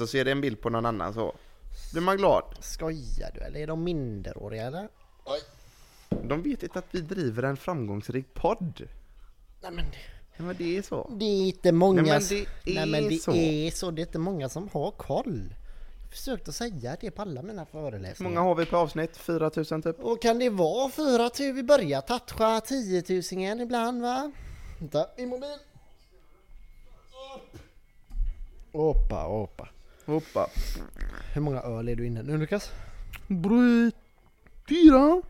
och så är det en bild på någon annan så. Blir man glad. Skojar du eller? Är de minderåriga eller? De vet inte att vi driver en framgångsrik podd. Nej men Ja, men det är så. det är inte många... Nej, men s- det är Nej, men det så. är så. Det är inte många som har koll. Jag försökte säga det på alla mina Hur föreläsningar. många har vi per avsnitt? 4000 typ? Och kan det vara 4 000? Vi börjar toucha 10 000 ibland va? Vänta, i mobil. Hoppa, hoppa. Hoppa. Hur många öl är du inne nu Lukas? Bryt. Fyra.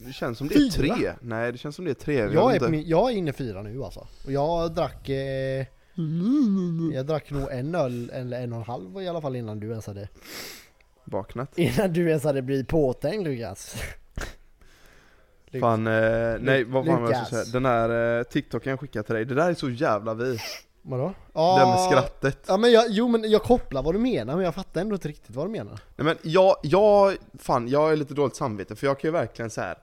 Det känns som det är Fyra? tre. Nej, det känns som det är tre. Vi har Jag är, inte- på min, jag är inne i fyra nu alltså. Och jag drack... Eh, jag drack nog en öl, eller en och en halv i alla fall innan du ens hade... Vaknat. Innan du ens hade blivit påtängd Lukas. Lukas. Fan, eh, nej vad fan var jag Lukas. skulle säga? Den här eh, TikToken jag skickade till dig, det där är så jävla vi. Vadå? Det där Ah, med skrattet. Ja men jag, jo men jag kopplar vad du menar men jag fattar ändå inte riktigt vad du menar. Nej men jag, jag, fan jag är lite dåligt samvete för jag kan ju verkligen så här.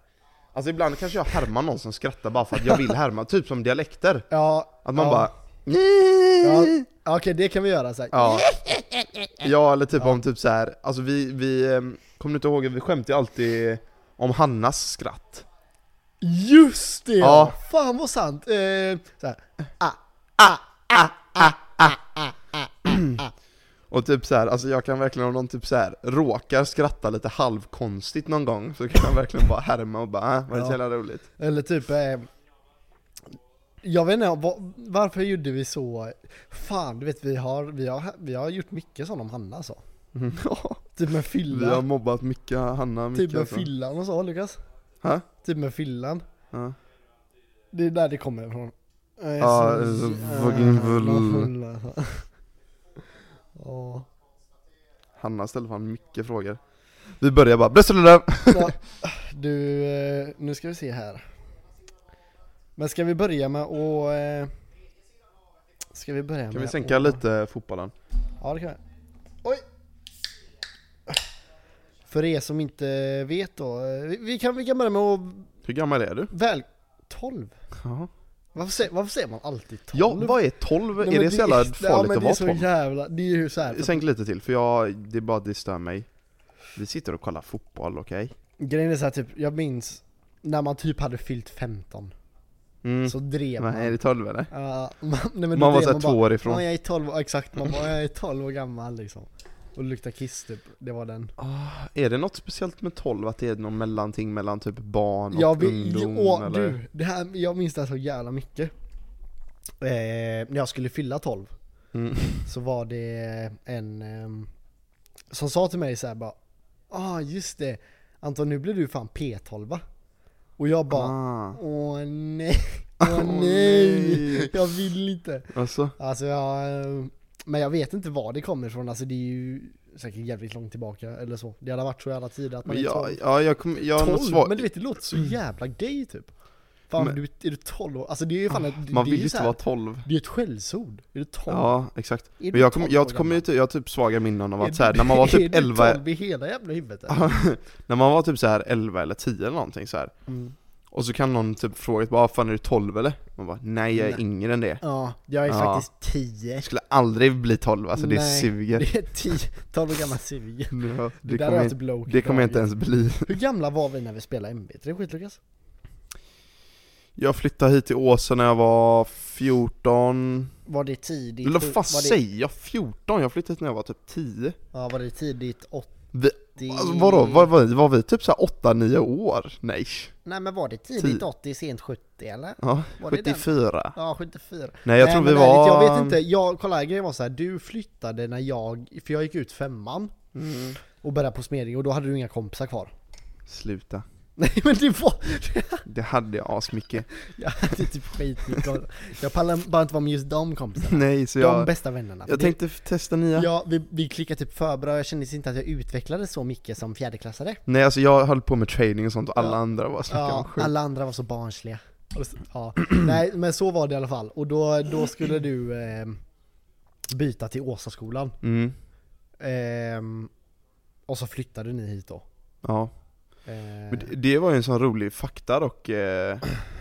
Alltså ibland kanske jag härmar någon som skrattar bara för att jag vill härma, typ som dialekter. Ja, Att man ja. bara Ja, ja, okej det kan vi göra så här. Ja. Ja eller typ om typ så här. alltså vi, vi, ehm, kommer du inte ihåg, vi skämtar ju alltid om Hannas skratt. Just det! Ja. Fan vad sant! Eh, så här. Och typ så här, alltså jag kan verkligen om någon typ så här råkar skratta lite halvkonstigt någon gång så kan jag verkligen bara härma och bara äh, var det så Ja. jävla roligt? Eller typ eh, Jag vet inte, va- varför gjorde vi så? Fan du vet vi har, vi har, vi har gjort mycket sånt om Hanna så. Ja, alltså. Typ med vi har fyllan, mobbat mycket Hanna mycket typ med alltså. fyllan och så Lukas. Ha? Typ med fyllan. Ja. Det är där det kommer ifrån. Jag är Ja, så så jävla fucking full. alltså. Ja. Hanna ställer fan mycket frågor Vi börjar bara 'Bröst eller röv?' Ja, du, eh, nu ska vi se här. Men ska vi börja med att... eh, Ska vi börja Kan vi med sänka att- lite fotbollen? Ja, det kan vi. Oj! För er som inte vet då, eh, vi- vi kan, vi kan börja med att... Hur gammal är du? Väl... 12? Ja, Varför, sä- varför säger man alltid 12? vad är 12? Nej, är men det så jävla farligt ja, men att det är vara så 12? jävla... Det är ju så här. Sänk lite till, för jag, det är bara att det stör mig Vi sitter och kollar fotboll, okej? Grejen är så här, typ, jag minns när man typ hade fyllt 15, Mm. så drev Men man. är det 12 eller? Ja, man, nej, men Man då var drev såhär bara, två år ifrån Ja, jag är 12 år, exakt, man bara, jag är 12 år gammal liksom. Och luktar kiss typ, det var den. Ah, Är det något speciellt med 12? Att det är någon mellanting mellan typ barn och Jag vill, ungdom åh, eller? du, det här, jag minns det här så jävla mycket. Eh, när jag skulle fylla 12 Mm. så var det en ehm, som sa till mig så här bara Ah just det, Anton nu blir du fan P12 va? Och jag bara Ah, Åh nej, åh Åh, nej, nej. jag vill inte. alltså, Alltså jag, eh, men jag vet inte var det kommer ifrån, alltså det är ju säkert jävligt långt tillbaka eller så. Det har varit så i alla tider att man men är jag, 12. ja, jag, kom, jag har något 12, svar Mm. men du vet det låter så jävla gay typ. Fan Men- Ah, du, är du 12 år? Alltså det är ju fan ett, Man det är vill ju inte så här- vara 12 Det är ett skällsord. Är du 12? Ja, exakt. Är Men du jag kommer 12 jag år kommer ju typ, jag har typ svaga minnen av Är att så här, när man var är typ Ah. du 11, 12 i hela jävla huvudet? eller? när man var typ så här 11 eller 10 eller någonting så här. Mm. Och så kan någon typ fråga bara fan är du 12 eller? Man bara nej jag är Nej. yngre än det. Ja, jag är Ja. faktiskt 10. Jag skulle aldrig bli 12 alltså det Nej. suger. Det är 10, 12 år gammal suger. Ja, Det, Det där har kommer jag jag, typ low det kommer jag inte ens bli. Hur gamla var vi när vi spelade MB3 skit Lukas? Jag flyttade hit till Åsa när jag var 14, Var det tidigt? eller vad fan var det- säger jag? 14? Jag flyttade hit när jag var typ 10. Ja, var det tidigt 80? Vi, alltså, vadå, var, var, var vi typ så här 8-9 år? Nej. Nej men var det tidigt Ti- 80, sent 70 eller? Ja, Var det den? 74. Ja, 74. Nej jag Nej, tror men vi ärligt, var... Jag vet inte, jag, kolla grejen var så här. du flyttade när jag, för jag gick ut femman Mm. och började på Smedinge och då hade du inga kompisar kvar. Sluta. Nej men det var, Det hade jag asmycket. jag hade typ skitmycket kompisar. Jag pallar bara inte vara med just de kompisarna. Nej, så De jag... bästa vännerna. Jag Det- tänkte f- testa nya. Ja, vi, vi klickade typ för bra, jag kände inte att jag utvecklades så mycket som fjärdeklassare. Nej alltså jag höll på med trading och sånt och alla Ja. andra bara snackade om Ja, skit. alla andra var så barnsliga. Och det- Ja. Nej, men så var det i alla fall. Och då, då skulle du eh, byta till Åsaskolan. Mm, Ehm, och så flyttade ni hit då. ja. Ehm, Men det, det var ju en sån rolig fakta dock. Eh,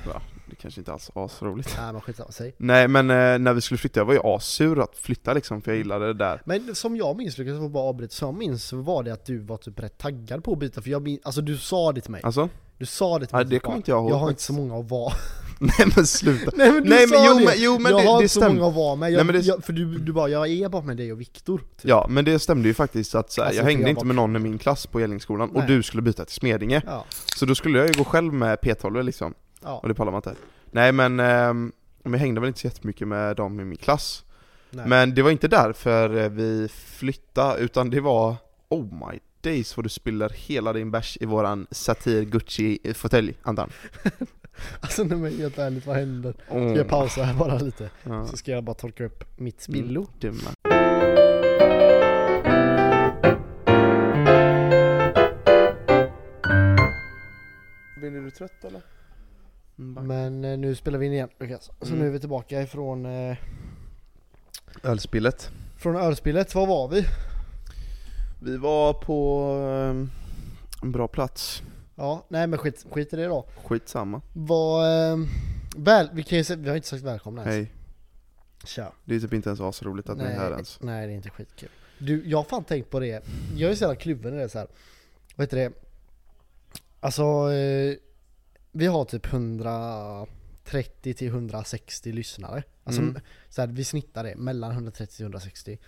ja, det kanske inte alls är asroligt. Nej men skitsamma, säg. Nej men eh, när vi skulle flytta, jag var ju assur att flytta liksom, för jag gillade det där. Men som jag minns, Lukas, jag får bara avbryta, som jag minns så var det att du var typ rätt taggad på att byta, för jag minns, alltså du sa det till mig. Alltså? Du sa det till Ja, mig. det typ kommer bara, inte jag ihåg Jag har faktiskt." inte så många att vara. Nej men sluta! Nej men du Nej, sa men jo, det! men- jo, men jag det- har det inte så stämmer. många att vara med. Jag, Nej, men det- jag, för du, du bara, jag är bara med dig och Viktor. Typ. Ja, men det stämde ju faktiskt att så här, Alltså, jag för hängde jag inte var- med någon i min klass på Ellingsskolan och Nej. du skulle byta till Smedinge. Ja. Så då skulle jag ju gå själv med P12 liksom, och ja. det pallar man inte. Nej men, ehm, men jag hängde väl inte så jättemycket med dem i min klass. Nej. Men det var inte därför eh, vi flyttade, utan det var Oh my days vad du spiller hela din bärs i våran satir Gucci-fåtölj, Anton. Alltså nej men helt ärligt, vad händer? Ska jag Oh, pausa här bara lite? ja. Så ska jag bara torka upp mitt spillo. Mm, dumma. Blir du trött eller? Men eh, nu spelar vi in igen Lukas. Så Mm. nu är vi tillbaka ifrån eh, Ölspillet. från ölspillet. Var var vi? Vi var på ehm, en bra plats. Ja, nej men skit, skit i det då. Skitsamma. Vad... Eh, väl, vi, kan ju, säga- vi har inte sagt välkomna ens. Hej. Tja. Det är typ inte ens asroligt att ni är här ens. nej, det är inte skitkul. Du, jag har fan tänkt på det. Jag är så jävla kluven i det så här. Vad heter det? Alltså, eh, vi har typ 130 till 160 lyssnare. Alltså, Mm. så här, vi snittar det mellan 130 till 160.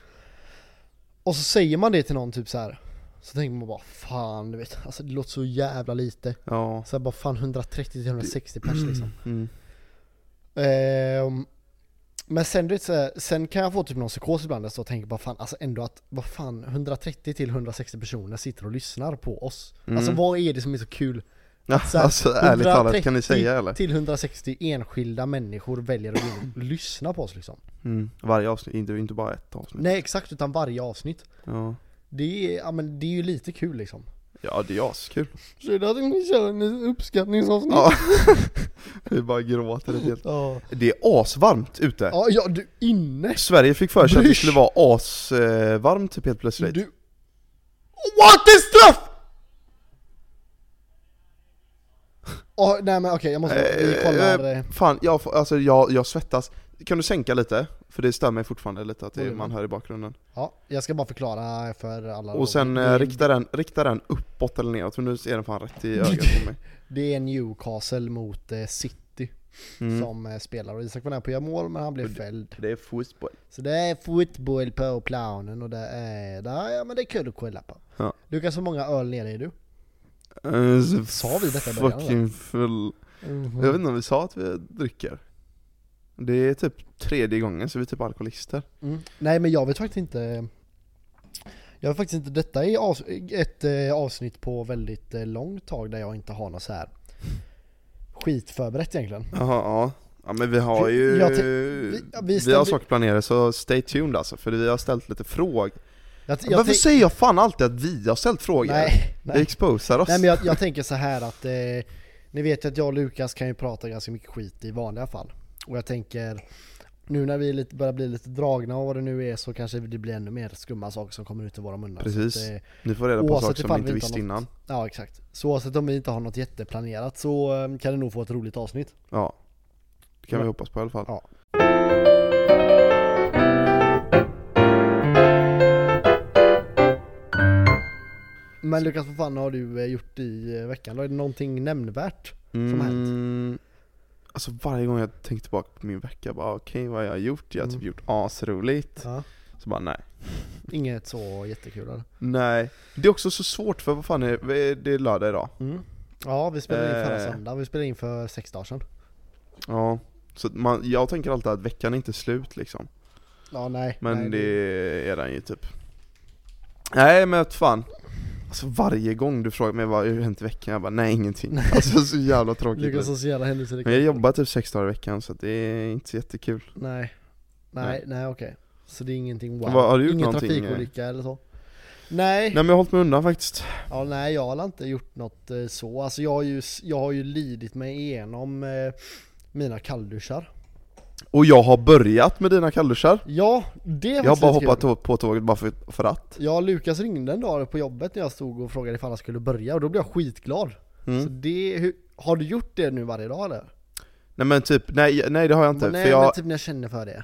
Och så säger man det till någon typ så här. Så tänker man bara fan du vet, alltså det låter så jävla lite. Ja. Så här, bara fan 130 till 160 pers liksom. Mm. Ehm, men sen, du vet, så här, sen kan jag få typ någon psykos ibland där jag står och tänker bara fan, alltså ändå att vad fan 130 till 160 personer sitter och lyssnar på oss. Mm. Alltså vad är det som är så kul? Ja, Så här, alltså ärligt talat, kan ni 130 säga eller? Till 160 enskilda människor väljer att gå in och lyssna på oss liksom. Mm. Varje avsnitt, inte, inte bara ett avsnitt. Nej exakt, utan varje avsnitt. Ja, Det är, ja, men det är ju lite kul liksom. ja det är askul. Så är det att ni kör en uppskattningsavsnitt? Ja. Ja. Vi bara gråter ett helt Ja, Det är asvarmt ute. ja, ja du inne! Sverige fick för sig att det Brysch. skulle vara asvarmt typ helt plötsligt. Du... What is stuff? Åh, nej men okej, jag måste, alltså, vi Eh, kollar... eh, Fan, jag, får- alltså, jag, jag svettas. Kan du sänka lite? För det stör mig fortfarande lite att det, Volymen. man hör i bakgrunden. Ja, jag ska bara förklara för alla. då. Och sen det, eh, är- rikta, den, rikta den uppåt eller neråt, för nu är den fan rätt i ögat på mig. Det är Newcastle mot eh, City Mm. som eh, spelar och Isak var nära på att göra mål men han blev Och det- fälld. Det är fotboll. Så det är fotboll på planen och det är... där- Ja men det är kul att kolla på. Ja. Lukas, hur många öl nere är du? Sa vi detta i början, Eh, Fucking Mm. full. Jag vet inte om vi sa att vi dricker. Det är typ tredje gången så vi är typ alkoholister. Mm. Nej men jag vet faktiskt inte Jag vet faktiskt inte, detta är avs ett eh, avsnitt på väldigt eh, långt tag där jag inte har något så här skitförberett egentligen. Jaha, ja. Ja men vi har Vi- ju... jag te- vi, vi- vi har ställde- saker planerade så stay tuned alltså, för vi har ställt lite frågor. Jag, jag Varför tänk- säger jag fan alltid att vi har ställt frågor? Nej, Vi nej. exposar oss. nej men jag, jag tänker så här att eh, Ni vet ju att jag och Lukas kan ju prata ganska mycket skit i vanliga fall. Och jag tänker Nu när vi är lite, börjar bli lite dragna av vad det nu är så kanske det blir ännu mer skumma saker som kommer ut ur våra munnar. Så Precis. att, eh, Ni får reda på Oavsett saker som ni ifall inte vi inte visste har något- innan. Ja exakt. Så oavsett om vi inte har något jätteplanerat så eh, kan det nog få ett roligt avsnitt. Ja. Det kan Ja. vi hoppas på i alla fall. Ja. Men Lukas, vad fan har du eh, gjort i eh, veckan då? Är det någonting nämnvärt? som har hänt? Mm. Alltså varje gång jag tänker tillbaka på min vecka, bara okej vad har jag gjort? Jag har typ Mm. gjort asroligt. Ja. Så bara nej. Inget så jättekul eller? Nej. Det är också så svårt för vad fan är det är lördag idag. Mm. Ja, vi spelade in förra Eh. söndagen. Vi spelade in för sex dagar sedan. Ja. Så att man, jag tänker alltid att veckan är inte slut liksom. Ja, nej. Men nej, det är den ju typ. Nej men vad fan. Alltså varje gång du frågar mig vad hur har hänt i veckan? Jag bara nej ingenting. Alltså så jävla tråkigt. liksom. Lukas har så jävla händelser. Men jag jobbar typ sex dagar i veckan så att det är inte så jättekul. Nej, nej, Nej. nej okej. Så det är ingenting wow. Vad- har du gjort Ingen någonting, eh? trafikolycka eller så? Nej. Nej men jag har hållit mig undan faktiskt. Ja, nej, jag har inte gjort något eh, så. Alltså jag har ju, jag har ju lidit mig igenom eh, mina kallduschar. Och jag har börjat med dina kallduschar. Ja, det är Jag har faktiskt bara lite hoppat kul. tå- på tåget bara för, för att. Ja, Lukas ringde en dag på jobbet när jag stod och frågade ifall han skulle börja och då blev jag skitglad. Så Mm. det, hur, har du gjort det nu varje dag eller? Nej men typ, nej, nej det har jag inte. Bara, Nej för jag, men typ när jag känner för det.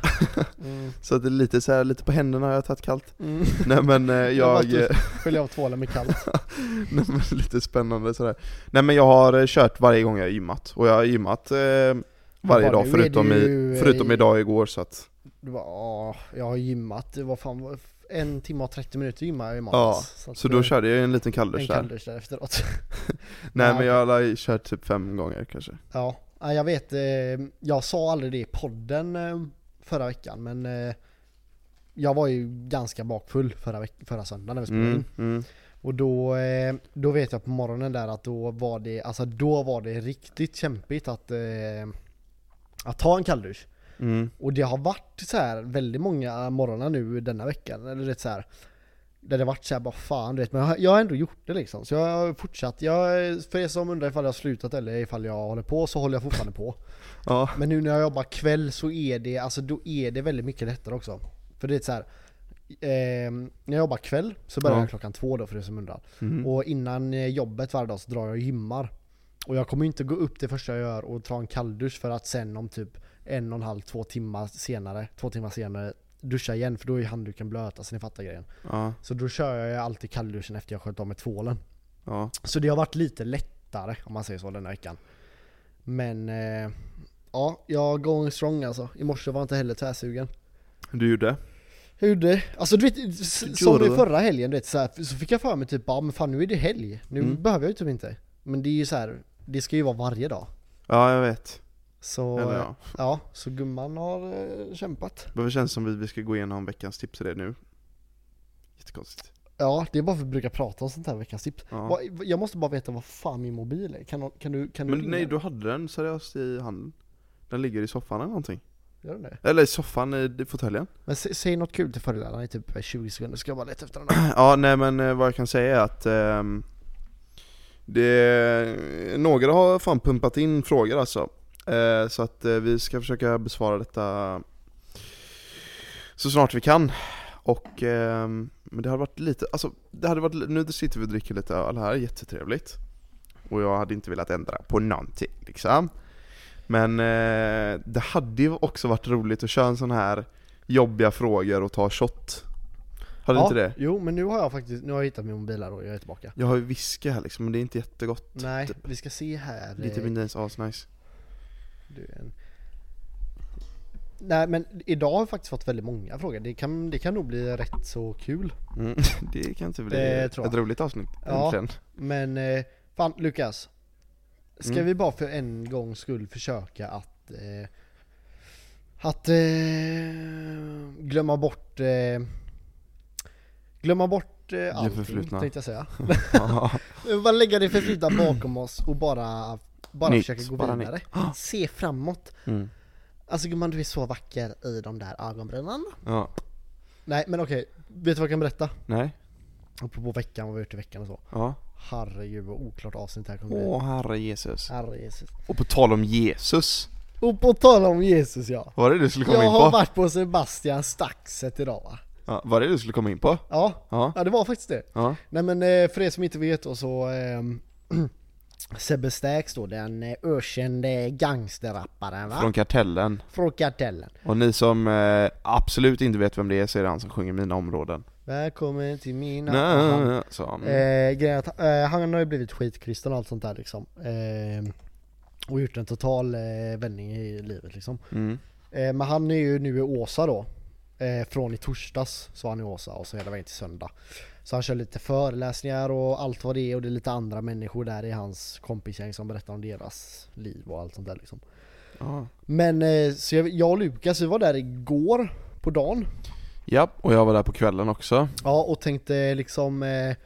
Mm. Så att det är lite så här, lite på händerna har jag tagit kallt. Mm. Nej men eh, jag... Jag bara Skölja av tvålen med kallt. Nej, men lite spännande sådär. Nej men jag har eh, kört varje gång jag har gymmat, och jag har gymmat eh, varje bara, dag nu är förutom, det i, ju, förutom eh, idag och igår så att, Du bara, "Åh, jag har gymmat, det var fan var- en timme och 30 minuter gymmade jag i Ja, måndags. att Så det då var körde jag en liten en kalldusch där. kalldusch där efteråt. Nej Ja, men jag har la- kört typ fem gånger kanske. Ja, nej, jag vet. eh, Jag sa aldrig det i podden eh, förra veckan, men eh, jag var ju ganska bakfull förra, veck- förra söndagen när vi spelade Mm, in. mm. Och då, eh, då vet jag på morgonen där att då var det, alltså då var det riktigt kämpigt att, eh, att ta en kalldusch. Mm. Och det har varit så här väldigt många morgnar nu denna veckan, eller det så här. Där det varit så här, bara fan du vet, men jag har- jag har ändå gjort det liksom. Så jag har fortsatt, jag, för er som undrar ifall jag har slutat eller ifall jag håller på så håller jag fortfarande på. Ja, Men nu när jag jobbar kväll så är det, alltså då är det väldigt mycket lättare också. För det är så här. ehm, när jag jobbar kväll så börjar Ja. jag klockan två då för det som undrar. Mm. Och innan eh, jobbet varje dag så drar jag och gymmar. Och jag kommer ju inte gå upp det första jag gör och ta en kalldusch för att sen om typ en och en halv, två timmar senare, två timmar senare duscha igen för då är ju handduken blöt, alltså ni fattar grejen. ja, Så då kör jag alltid kallduschen efter jag sköljt av med tvålen. ja. Så det har varit lite lättare om man säger så den här veckan. Men eh, ja, jag är going strong alltså. I morse var jag inte heller tvärsugen. Du gjorde? Jag gjorde, alltså du vet, s- Gjorde som i du? förra helgen du vet, så, här, så fick jag för mig typ ja men fan nu är det helg. Nu Mm. behöver jag ju typ inte. Men det är ju så här, det ska ju vara varje dag. Ja jag vet. Så Eller ja. ja. ja, så gumman har eh, kämpat. Varför känns det som att vi ska gå igenom veckans tips i det nu? Jättekonstigt. Ja, det är bara för att vi brukar prata om sånt här veckans tips. Ja. Vad- Jag måste bara veta vad fan min mobil är. Kan, någon- kan du, kan Men du nej, ringa? du hade den seriöst i handen. Den ligger i soffan eller någonting. Gör den det? Eller i soffan, i i fåtöljen. Men sä- säg något kul till fördelarna i typ 20 sekunder, ska jag bara leta efter den. Ja, nej men eh, vad jag kan säga är att ehm, det, några har fan pumpat in frågor alltså. Eh, så att eh, vi ska försöka besvara detta så snart vi kan. Och, ehm, men det hade varit lite, alltså det hade varit, nu sitter vi och dricker lite öl här, jättetrevligt. Och jag hade inte velat ändra på någonting liksom. Men eh, det hade ju också varit roligt att köra en sån här jobbiga frågor och ta shot. Hade inte det? Jo, men nu har jag faktiskt, nu har jag hittat min mobil här och jag är tillbaka. Jag har ju whisky här liksom, men det är inte jättegott. Nej, typ. vi ska se här. Lite eh, mindre ens asnice. du, en- Nej men idag har jag faktiskt fått väldigt många frågor. Det kan, det kan nog bli rätt så kul. Mm. Det kan inte bli Det ett tror jag. roligt avsnitt Ja. egentligen. Men eh, fan Lukas. Ska Mm. vi bara för en gångs skull försöka att eh, att eh, glömma bort eh, glömma bort eh, allting förflutna. tänkte jag säga. Ja. Bara lägga det förflutna bakom oss och bara, bara Nytt, Ah. försöka gå bara vidare. Se framåt. Mm. Alltså gumman du är så vacker i de där ögonbrynen. ja. Nej men okej, vet du vad jag kan berätta? Nej. Apropå veckan, vad vi har gjort i veckan och så. Ja. Herregud vad oklart avsnitt det här kommer bli. Åh herre Jesus. Herre Jesus. Och på tal om Jesus. Och på tal om Jesus ja. Vad var det du skulle komma Jag in har på? varit på Sebastian Staxet idag va? Ja, vad var det du skulle komma in på? Ja, Ja. ja det var faktiskt det. Ja. Nej men eh, för er som inte vet då så ehm, Sebbe Stax då, den eh, ökände gangsterrapparen va? Från Kartellen. Från Kartellen. Och ni som eh, absolut inte vet vem det är så är det han som sjunger Mina områden. Välkommen till mina... Nej, nej, så, mm. Eh, grejen är att eh, han har ju blivit skitkristen och allt sånt där liksom. Eh, och gjort en total eh, vändning i livet liksom. Mm. Eh, men han är ju nu i Åsa då. Eh, från i torsdags så var han i Åsa och så hela vägen till söndag. Så han kör lite föreläsningar och allt vad det är och det är lite andra människor där i hans kompisgäng som berättar om deras liv och allt sånt där liksom. Ja. Men eh, så jag, jag och Lukas vi var där igår på dagen ja, och jag var där på kvällen också. Ja, och tänkte liksom eh,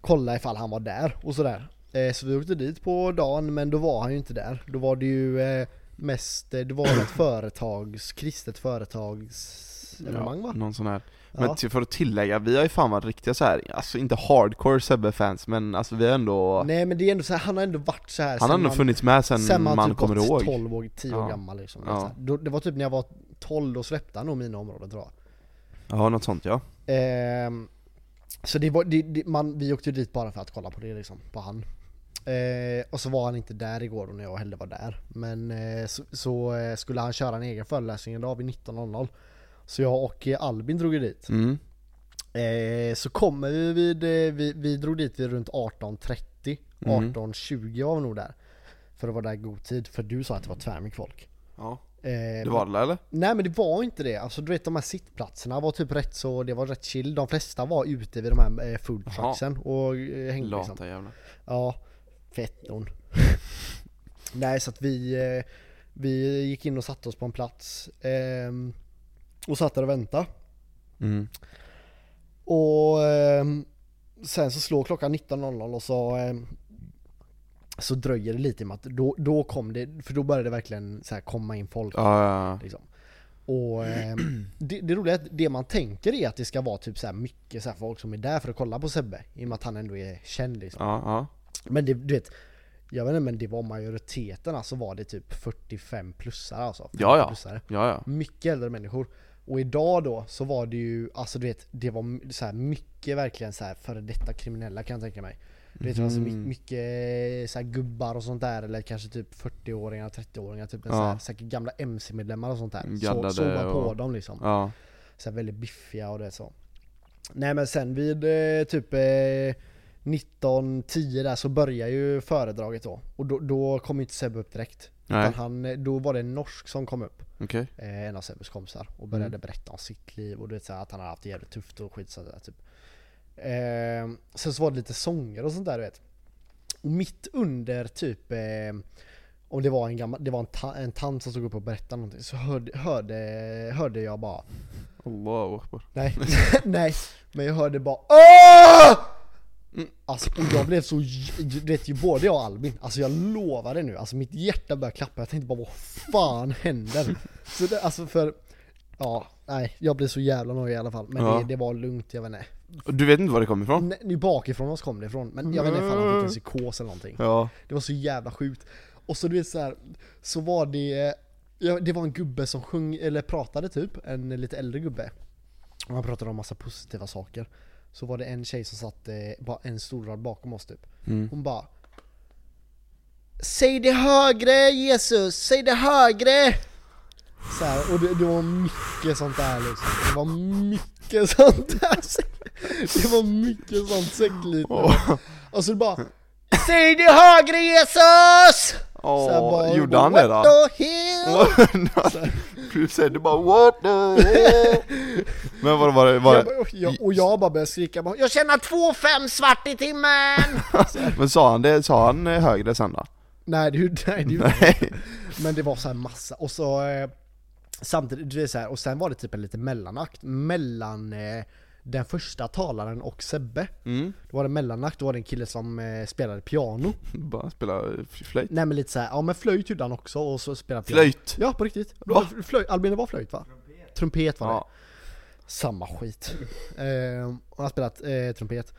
kolla ifall han var där och sådär. Eh, så vi åkte dit på dagen, men då var han ju inte där. Då var det ju eh, mest, eh, det var ett företags, kristet företagsevenemang va? någon sån här. Ja. Men typ, till, för att tillägga, vi har ju fan varit riktiga så här, alltså inte hardcore Sebbe-fans men alltså vi har ändå, Nej men det är ändå så här, han har ändå varit så här han har ändå funnits med sen, sen man, man, typ kommer gått ihåg. 12 år, 10 år Ja. gammal liksom. Ja. Så här. Då, det var typ när jag var 12, då släppte han nog mina områden tror jag. Ja, något sånt ja. Ehm, så det var, det, det, man, vi åkte ju dit bara för att kolla på det liksom, på han. Eh, och så var han inte där igår då när jag heller var där. Men eh, så, så eh, skulle han köra en egen föreläsning idag vid 19.00. Så jag och eh, Albin drog ju dit. Mm. Eh, så kommer vi vid, eh, vi, vi drog dit vid runt 18.30, Mm. 18.20 var vi nog där. För att vara där i god tid, för du sa att det var tvärmycket folk. Ja, Eh, det var det där, eller? Nej men det var inte det, alltså du vet de här sittplatserna var typ rätt så, det var rätt chill. De flesta var ute vid de här eh, food Jaha. trucksen och eh, hängde liksom. Lata jävlar. Ja, fetton. Nej, så att vi, eh, vi gick in och satte oss på en plats ehm, och satt där och väntade. Mm. Och ehm, sen så slår klockan 19.00 och så, ehm, så dröjer det lite med att då, då kom det, för då började det verkligen så här komma in folk. Ja, ja, ja. Liksom. Och ehm, det, det roliga är att det man tänker är att det ska vara typ så här mycket så här folk som är där för att kolla på Sebbe. I och med att han ändå är känd liksom. ja, ja. Men det, du vet, jag vet inte men det var majoriteten alltså var det typ 45 plussare alltså. 50 Ja, ja. Plussare. ja, ja. Mycket äldre människor. Och idag då så var det ju, alltså du vet, det var m- så här mycket verkligen så här före detta kriminella kan jag tänka mig. Du vet, alltså Mm. my- mycket så här gubbar och sånt där eller kanske typ 40-åringar, 30-åringar, typ en Ja. så här, säkert gamla MC-medlemmar och sånt där. Så, Gaddade såg man på och- dem liksom ja. så här väldigt biffiga och det så. Nej men sen vid eh, typ eh, 19.10 där så börjar ju föredraget då. Och då, då kom ju inte Sebbe upp direkt. Nej, Utan han, eh, då var det en norsk som kom upp, okej. eh, en av Sebbes kompisar. Och började Mm. berätta om sitt liv och du vet, så här, att han har haft det jävligt tufft och skit sådär typ. Eh, sen så var det lite sånger och sånt där du vet. Och mitt under typ eh, om det var en gammal, det var en, ta, en tant som stod upp och berättade någonting så hörde, hörde, hörde jag bara Allahu akbar. Nej, nej, men jag hörde bara Åh! Alltså och jag blev så, j- du vet ju både jag och Albin, alltså jag lovar det nu, alltså mitt hjärta började klappa, jag tänkte bara vad fan händer? Så det, alltså för, ja, nej, jag blev så jävla nojig i alla fall, men Ja. det, det var lugnt, jag vet inte. Och Du vet inte var det kommer ifrån? Nej, Nu bakifrån oss kom det ifrån, men jag vet inte ifall han fick en psykos eller någonting. Ja. Det var så jävla sjukt. Och så du vet så här, så var det, ja, det var en gubbe som sjöng, eller pratade typ, en lite äldre gubbe. Och han pratade om massa positiva saker. Så var det en tjej som satt eh, bara en stor rad bakom oss typ. Hon bara Säg det högre Jesus, säg det högre! Så här, och det, det var mycket sånt där liksom. Det var mycket sånt där. Det var mycket sånt sektliknande. Och så bara Säg det högre Jesus! Så här Åh, bara, gjorde bara, han det "What då? the hell?" Du säger du bara what the hell? Men vad var det, var det? Jag bara, och, jag, och jag bara började skrika bara, Jag tjänar 2,5 svart i timmen! Men sa han det, sa han eh, högre sen då? nej det gjorde nej, det gjorde jag Nej. inte. Men det var så här massa, och så eh, Samtidigt, det är så här, och sen var det typ en liten mellanakt mellan eh, den första talaren och Sebbe. Mm. Då var det mellanakt, då var det en kille som eh, spelade piano. Bara spela eh, flöjt. Nej men lite såhär, ja men flöjt gjorde han också och så spelade piano. Flöjt! Ja på riktigt. Va? Flöjt, Albin det var flöjt va? Trumpet, var det. Ja. Samma skit. Eh, och han har spelat eh, trumpet.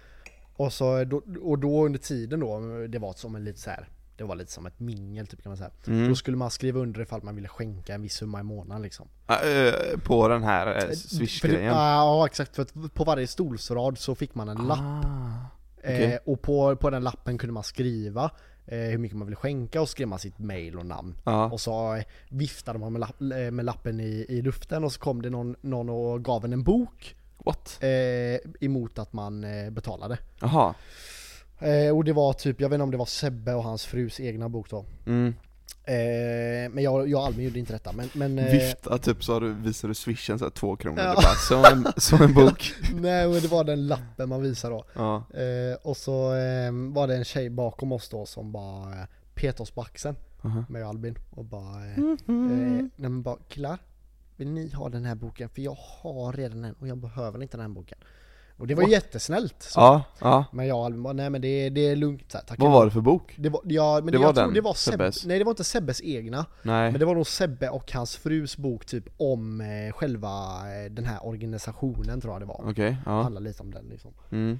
Och, så, då, och då under tiden då, det var som en lite så här, det var lite som ett mingel typ kan man säga. Mm. Då skulle man skriva under ifall man ville skänka en viss summa i månaden liksom. Ah, eh, På den här eh, För det- swish-grejen. Ja exakt, för att på varje stolsrad så fick man en lapp. Ah. Eh, okej. och på, på den lappen kunde man skriva eh, hur mycket man ville skänka och så skrev man sitt mail och namn. Ja. Och så eh, viftade man med, lapp, eh, med lappen i, i luften och så kom det någon, någon och gav en en bok What? eh, emot att man eh, betalade. Jaha. Eh, och det var typ, jag vet inte om det var Sebbe och hans frus egna bok då. Mm. Eh, men jag, jag och Albin gjorde inte detta. Men, men, eh, Vifta typ så har du, visar du swishen såhär två kronor, Ja. det bara som en, som en bok. nej, men det var den lappen man visade då. Ja. Eh, och så eh, var det en tjej bakom oss då som bara eh, petade oss på axeln Aha. med Albin och bara, eh, Mhm. eh, nej men bara killar, vill ni ha den här boken? För jag har redan en och jag behöver inte den här boken. Och det var jättesnällt. Så. ja, ja. Men jag och Albin bara, nej men det, det är lugnt så här, tack. Vad var det för bok? Det var, ja, men det Det jag var tror den, det var Sebbe, Sebbes? nej det var inte Sebbes egna, Nej. men det var nog Sebbe och hans frus bok typ om eh, själva eh, den här organisationen tror jag det var. Okej, ja. Handlar lite om den liksom. Mm.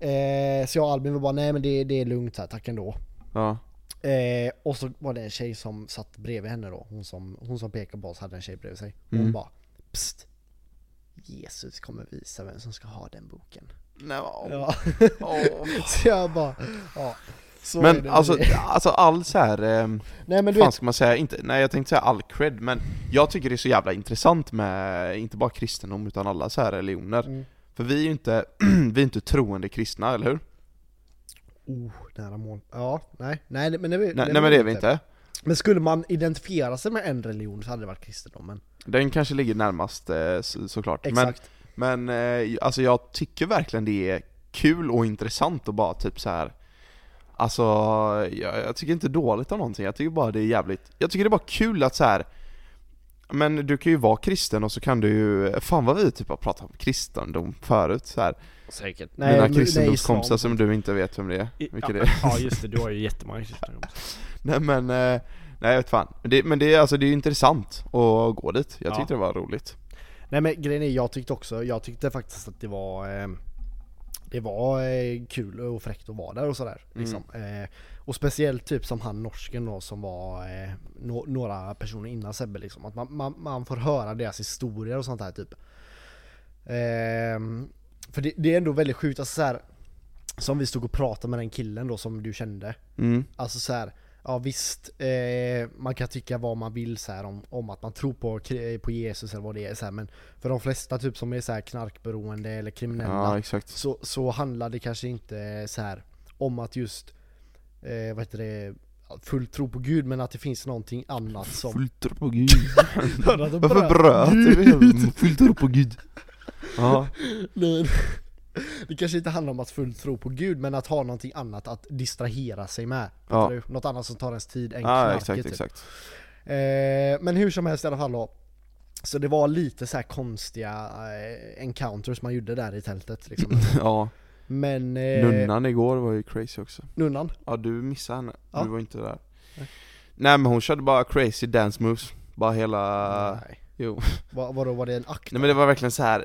Eh, så jag och Albin var bara, nej men det, det är lugnt så här, tack ändå. Ja. Eh, och så var det en tjej som satt bredvid henne då, hon som, hon som pekade på oss hade en tjej bredvid sig. Hon Mm. bara, psst. Jesus kommer visa vem som ska ha den boken. Nej, åh. Ja. åh. Så jag bara, ja. Så är det men med alltså, det. alltså all så här ehm, Nej men du fan vet, ska man säga, inte, nej jag tänkte säga all cred, men jag tycker det är så jävla intressant med, inte bara kristendom utan alla så här religioner. Mm. För vi är ju inte, vi är inte troende kristna, eller hur? oh, nära mål. Ja, nej, nej men det, är vi- Nej, är nej men vi det är vi inte. Men skulle man identifiera sig med en religion så hade det varit kristendomen. Den kanske ligger närmast eh, så, såklart. Men, Exakt. men eh, alltså jag tycker verkligen det är kul och intressant att bara typ så här. Alltså, jag, jag tycker inte dåligt om någonting, jag tycker bara det är jävligt, jag tycker det är bara kul att så här. Men du kan ju vara kristen och så kan du ju, fan vad vi typ har pratat om kristendom förut så här. Säkert. Nej, men- Mina nej, kristendomskompisar islam. som du inte vet vem det är, I- vilka ja, det är. ja just det, du har ju jättemånga kristendomskompisar. Nej men, eh, nej jag vet fan. Men Det, men det är alltså, det är ju intressant att gå dit. Jag Ja. tyckte det var roligt. Nej men grejen är, jag tyckte också, jag tyckte faktiskt att det var eh, Det var eh, kul och fräckt att vara där och sådär liksom. eh, Och speciellt typ som han norsken då som var eh, no- Några personer innan Sebbe liksom Att man, man, man får höra deras historier och sånt här typ Ehm, För det, det är ändå väldigt sjukt, alltså, så här, Som vi stod och pratade med den killen då som du kände Mm. Alltså så här, ja visst, eh, man kan tycka vad man vill så här, om, om att man tror på, kri- på Jesus eller vad det är så här, men för de flesta typ som är så här knarkberoende eller kriminella Ja exakt. så, så handlar det kanske inte så här om att just, eh, vad heter det, full tro på Gud men att det finns någonting annat som... Filter på gud. Varför Varför bröt du? Filter på gud. Ja. Nej. Det kanske inte handlar om att fullt tro på Gud men att ha någonting annat att distrahera sig med. Ja. Fattar du? Något annat som tar ens tid än ja, knarket, exakt typ. exakt. Eh, men hur som helst i alla fall då. Så det var lite så här konstiga eh, encounters man gjorde där i tältet liksom. Ja, Men... Eh, nunnan igår var ju crazy också. Nunnan? Ja du missade henne, Ja. du var inte där. Nej. Nej men hon körde bara crazy dance moves. Bara hela... Nej. Jo. Va, vadå, var det en akt? Nej men det var verkligen så här.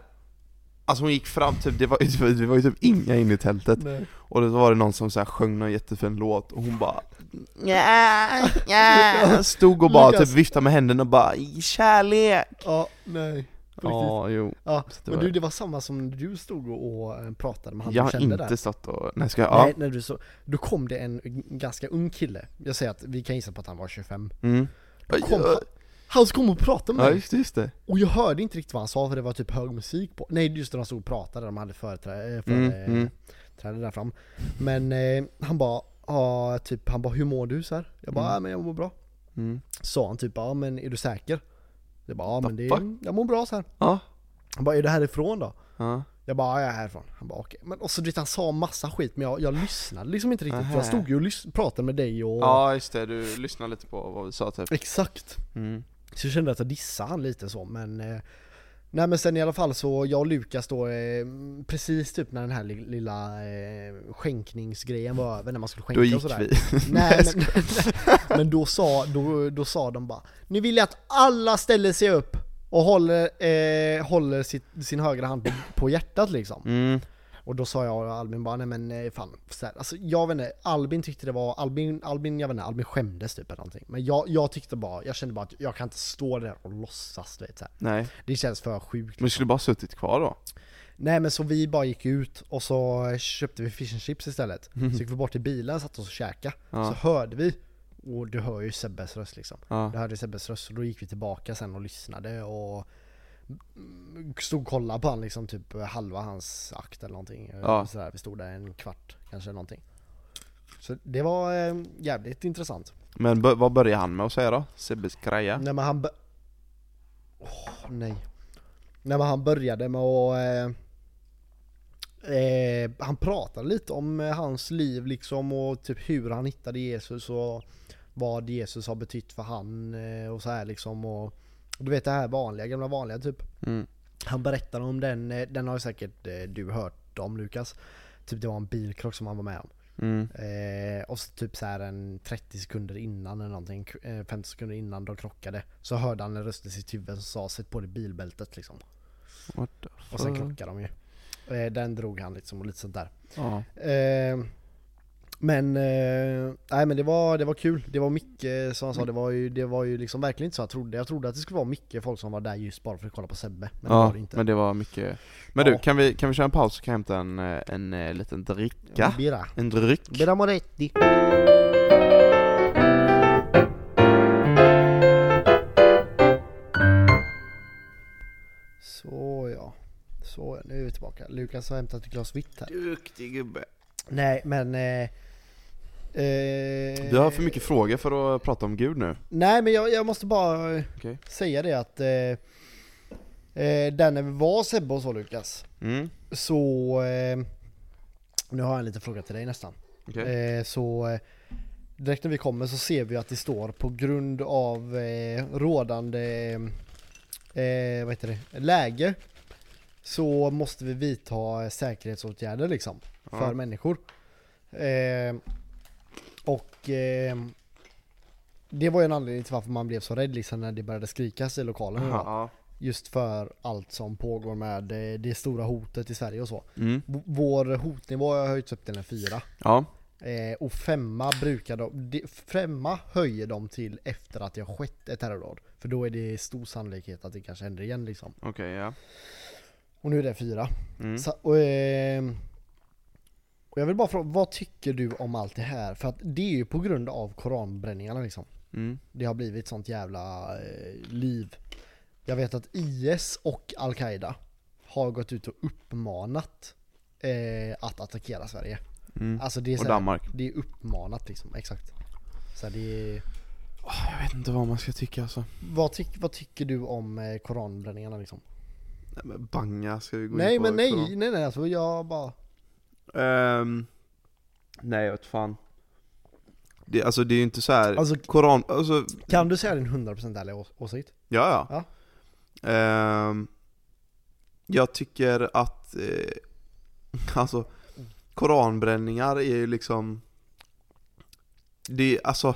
Alltså hon gick fram typ, det var, det var ju typ inga inne i tältet Nej. Och då var det någon som så här sjöng någon jättefin låt och hon bara Yeah, yeah. Han Stod och bara Lukas. typ viftade med händerna och bara 'Kärlek' Ja, nej. På riktigt. Ja, jo Ja, det men var- du det var samma som du stod och, och eh, pratade med han Jag du har kände inte där. stått och, nej ska jag, ja Nej, när du så, då kom det en ganska ung kille. Jag säger att vi kan gissa på att han var 25. mm. Kom, Ja, han, han kom och pratade med Ja mig. just det, just det Och jag hörde inte riktigt vad han sa för det var typ hög musik på Nej just det, de stod och pratade, de hade företräde Mm, mm. där fram Men eh, han bara, ja typ, han bara 'Hur mår du?' så här. Jag bara Mm. ja men jag mår bra' mm. Sa han typ 'Ja men är du säker?' Jag bara 'Ja The men det, fuck?" jag mår bra' så här. Ja, Han bara 'Är du härifrån då?' ja, Jag bara, ja, jag är härifrån. Han bara okej. Men och så du vet han sa massa skit men jag, jag lyssnade liksom inte riktigt. För Nähä. jag stod ju och lys- pratade med dig och... ja just det, du lyssnade lite på vad vi sa typ Exakt. mm. Så jag kände att jag dissade han lite så men eh, Nej men sen i alla fall så jag och Lukas då eh, precis typ när den här li- lilla eh, skänkningsgrejen var över när man skulle skänka Då gick och sådär. vi Nej men, men då, sa, då, då sa de bara Nu vill jag att alla ställer sig upp och håller, eh, håller sitt, sin högra hand på, på hjärtat liksom mm. och då sa jag och Albin bara nej men eh, fan, så här, alltså, jag vet inte, Albin tyckte det var, Albin, Albin, jag vet inte, Albin skämdes typ eller någonting. Men jag, jag tyckte bara, jag kände bara att jag kan inte stå där och låtsas du vet så här. Nej, Det känns för sjukt. men du skulle bara suttit kvar då? Nej men så vi bara gick ut och så eh, köpte vi fish and chips istället. Så gick vi bort till bilen, satt oss och käkade. Mhm. Ja. Så hörde vi, och du hör ju Sebbes röst liksom. Ja, Du hörde Sebbes röst och då gick vi tillbaka sen och lyssnade och mm, stod och kollade på han liksom typ halva hans akt eller någonting. Ja. Sådär. Vi stod där en kvart kanske eller någonting. Så det var eh, jävligt intressant. men bör- vad började han med att säga då? Sebbes kraja? Nej men han... bö- Åh nej. Nej men han började med att... Eh, eh, han pratade lite om eh, hans liv liksom och typ hur han hittade Jesus och vad Jesus har betytt för han eh, och så här liksom och... Du vet det här vanliga, gamla vanliga typ. Mm. Han berättar om den, eh, den har ju säkert eh, du hört om Lukas. Typ det var en bilkrock som han var med om. Mm. Eh, och så typ så här en 30 sekunder innan eller någonting, eh, 50 sekunder innan de krockade Så hörde han en röst i sitt huvud som sa sätt på dig bilbältet liksom What the Och sen fuck? krockade de ju eh, Den drog han liksom och lite sånt där Ja. eh, Men, eh, nej men det var, det var kul. Det var mycket, som han sa, det var ju, det var ju liksom verkligen inte så jag trodde. Jag trodde att det skulle vara mycket folk som var där just bara för att kolla på Sebbe. Men det var det inte. men det var mycket Men Ja. du, kan vi, kan vi köra en paus så kan jag hämta en, eh, en, eh, liten dricka? Bira. En dryck? Bira Moretti. Så ja. Så ja, nu är vi tillbaka. Lukas har hämtat ett glas vitt här. Duktig gubbe Nej men... Eh, eh, Vi har för mycket frågor för att prata om Gud nu Nej men jag, jag måste bara eh, Okej. säga det att eh, eh, där när vi var Sebbe och så Lukas Mm, så eh, nu har jag en liten fråga till dig nästan. okej Eh, så eh, direkt när vi kommer så ser vi att det står på grund av eh, rådande eh, vad heter det? läge så måste vi vidta säkerhetsåtgärder liksom Ja. för människor. Eh, och eh, det var ju en anledning till varför man blev så rädd liksom när det började skrikas i lokalen. va? Ja. Just för allt som pågår med eh, det stora hotet i Sverige och så. Mm. V- Vår hotnivå har höjts upp till en fyra. Ja, Eh, och femma brukar de, de, femma höjer de till efter att det har skett ett terrordåd. För då är det stor sannolikhet att det kanske händer igen liksom. okej ja Och nu är det fyra. mm. Så, och, ehm, och jag vill bara fråga, vad tycker du om allt det här? För att det är ju på grund av koranbränningarna liksom. Mm. Det har blivit sånt jävla eh, liv. Jag vet att IS och Al-Qaida har gått ut och uppmanat eh, att attackera Sverige. Mm. Alltså det är Och så här, Danmark det är uppmanat liksom, exakt. Så här, det är, Ah, Jag vet inte vad man ska tycka alltså vad, tyck, vad tycker du om eh, koranbränningarna liksom? Nej, men Banga ska vi gå Nej in på men nej, Koran. nej nej alltså jag bara... Ehm, nej, jag vet fan. Det, alltså det är ju inte så här Alltså Koran, alltså, kan du säga din 100% ärliga ås- åsikt? ja ja. Ehm, jag tycker att, eh, alltså, koranbränningar är ju liksom, det är alltså,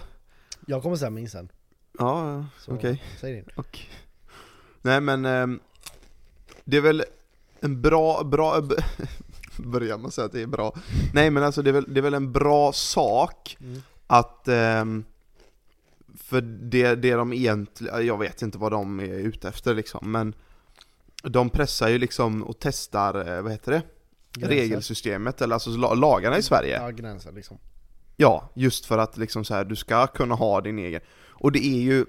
Jag kommer säga min sen. ja, ja, Så Okej. Säg din. och, nej men, ehm, det är väl en bra, bra, b- börjar man säga att det är bra? Nej men alltså det är väl, det är väl en bra sak Mm. att ehm, för det, det de egentligen, jag vet inte vad de är ute efter liksom, men de pressar ju liksom och testar, eh, vad heter det? Gränser. Regelsystemet, eller alltså la- lagarna i Sverige. Ja, gränser liksom. Ja, just för att liksom så här, du ska kunna ha din egen. Och det är ju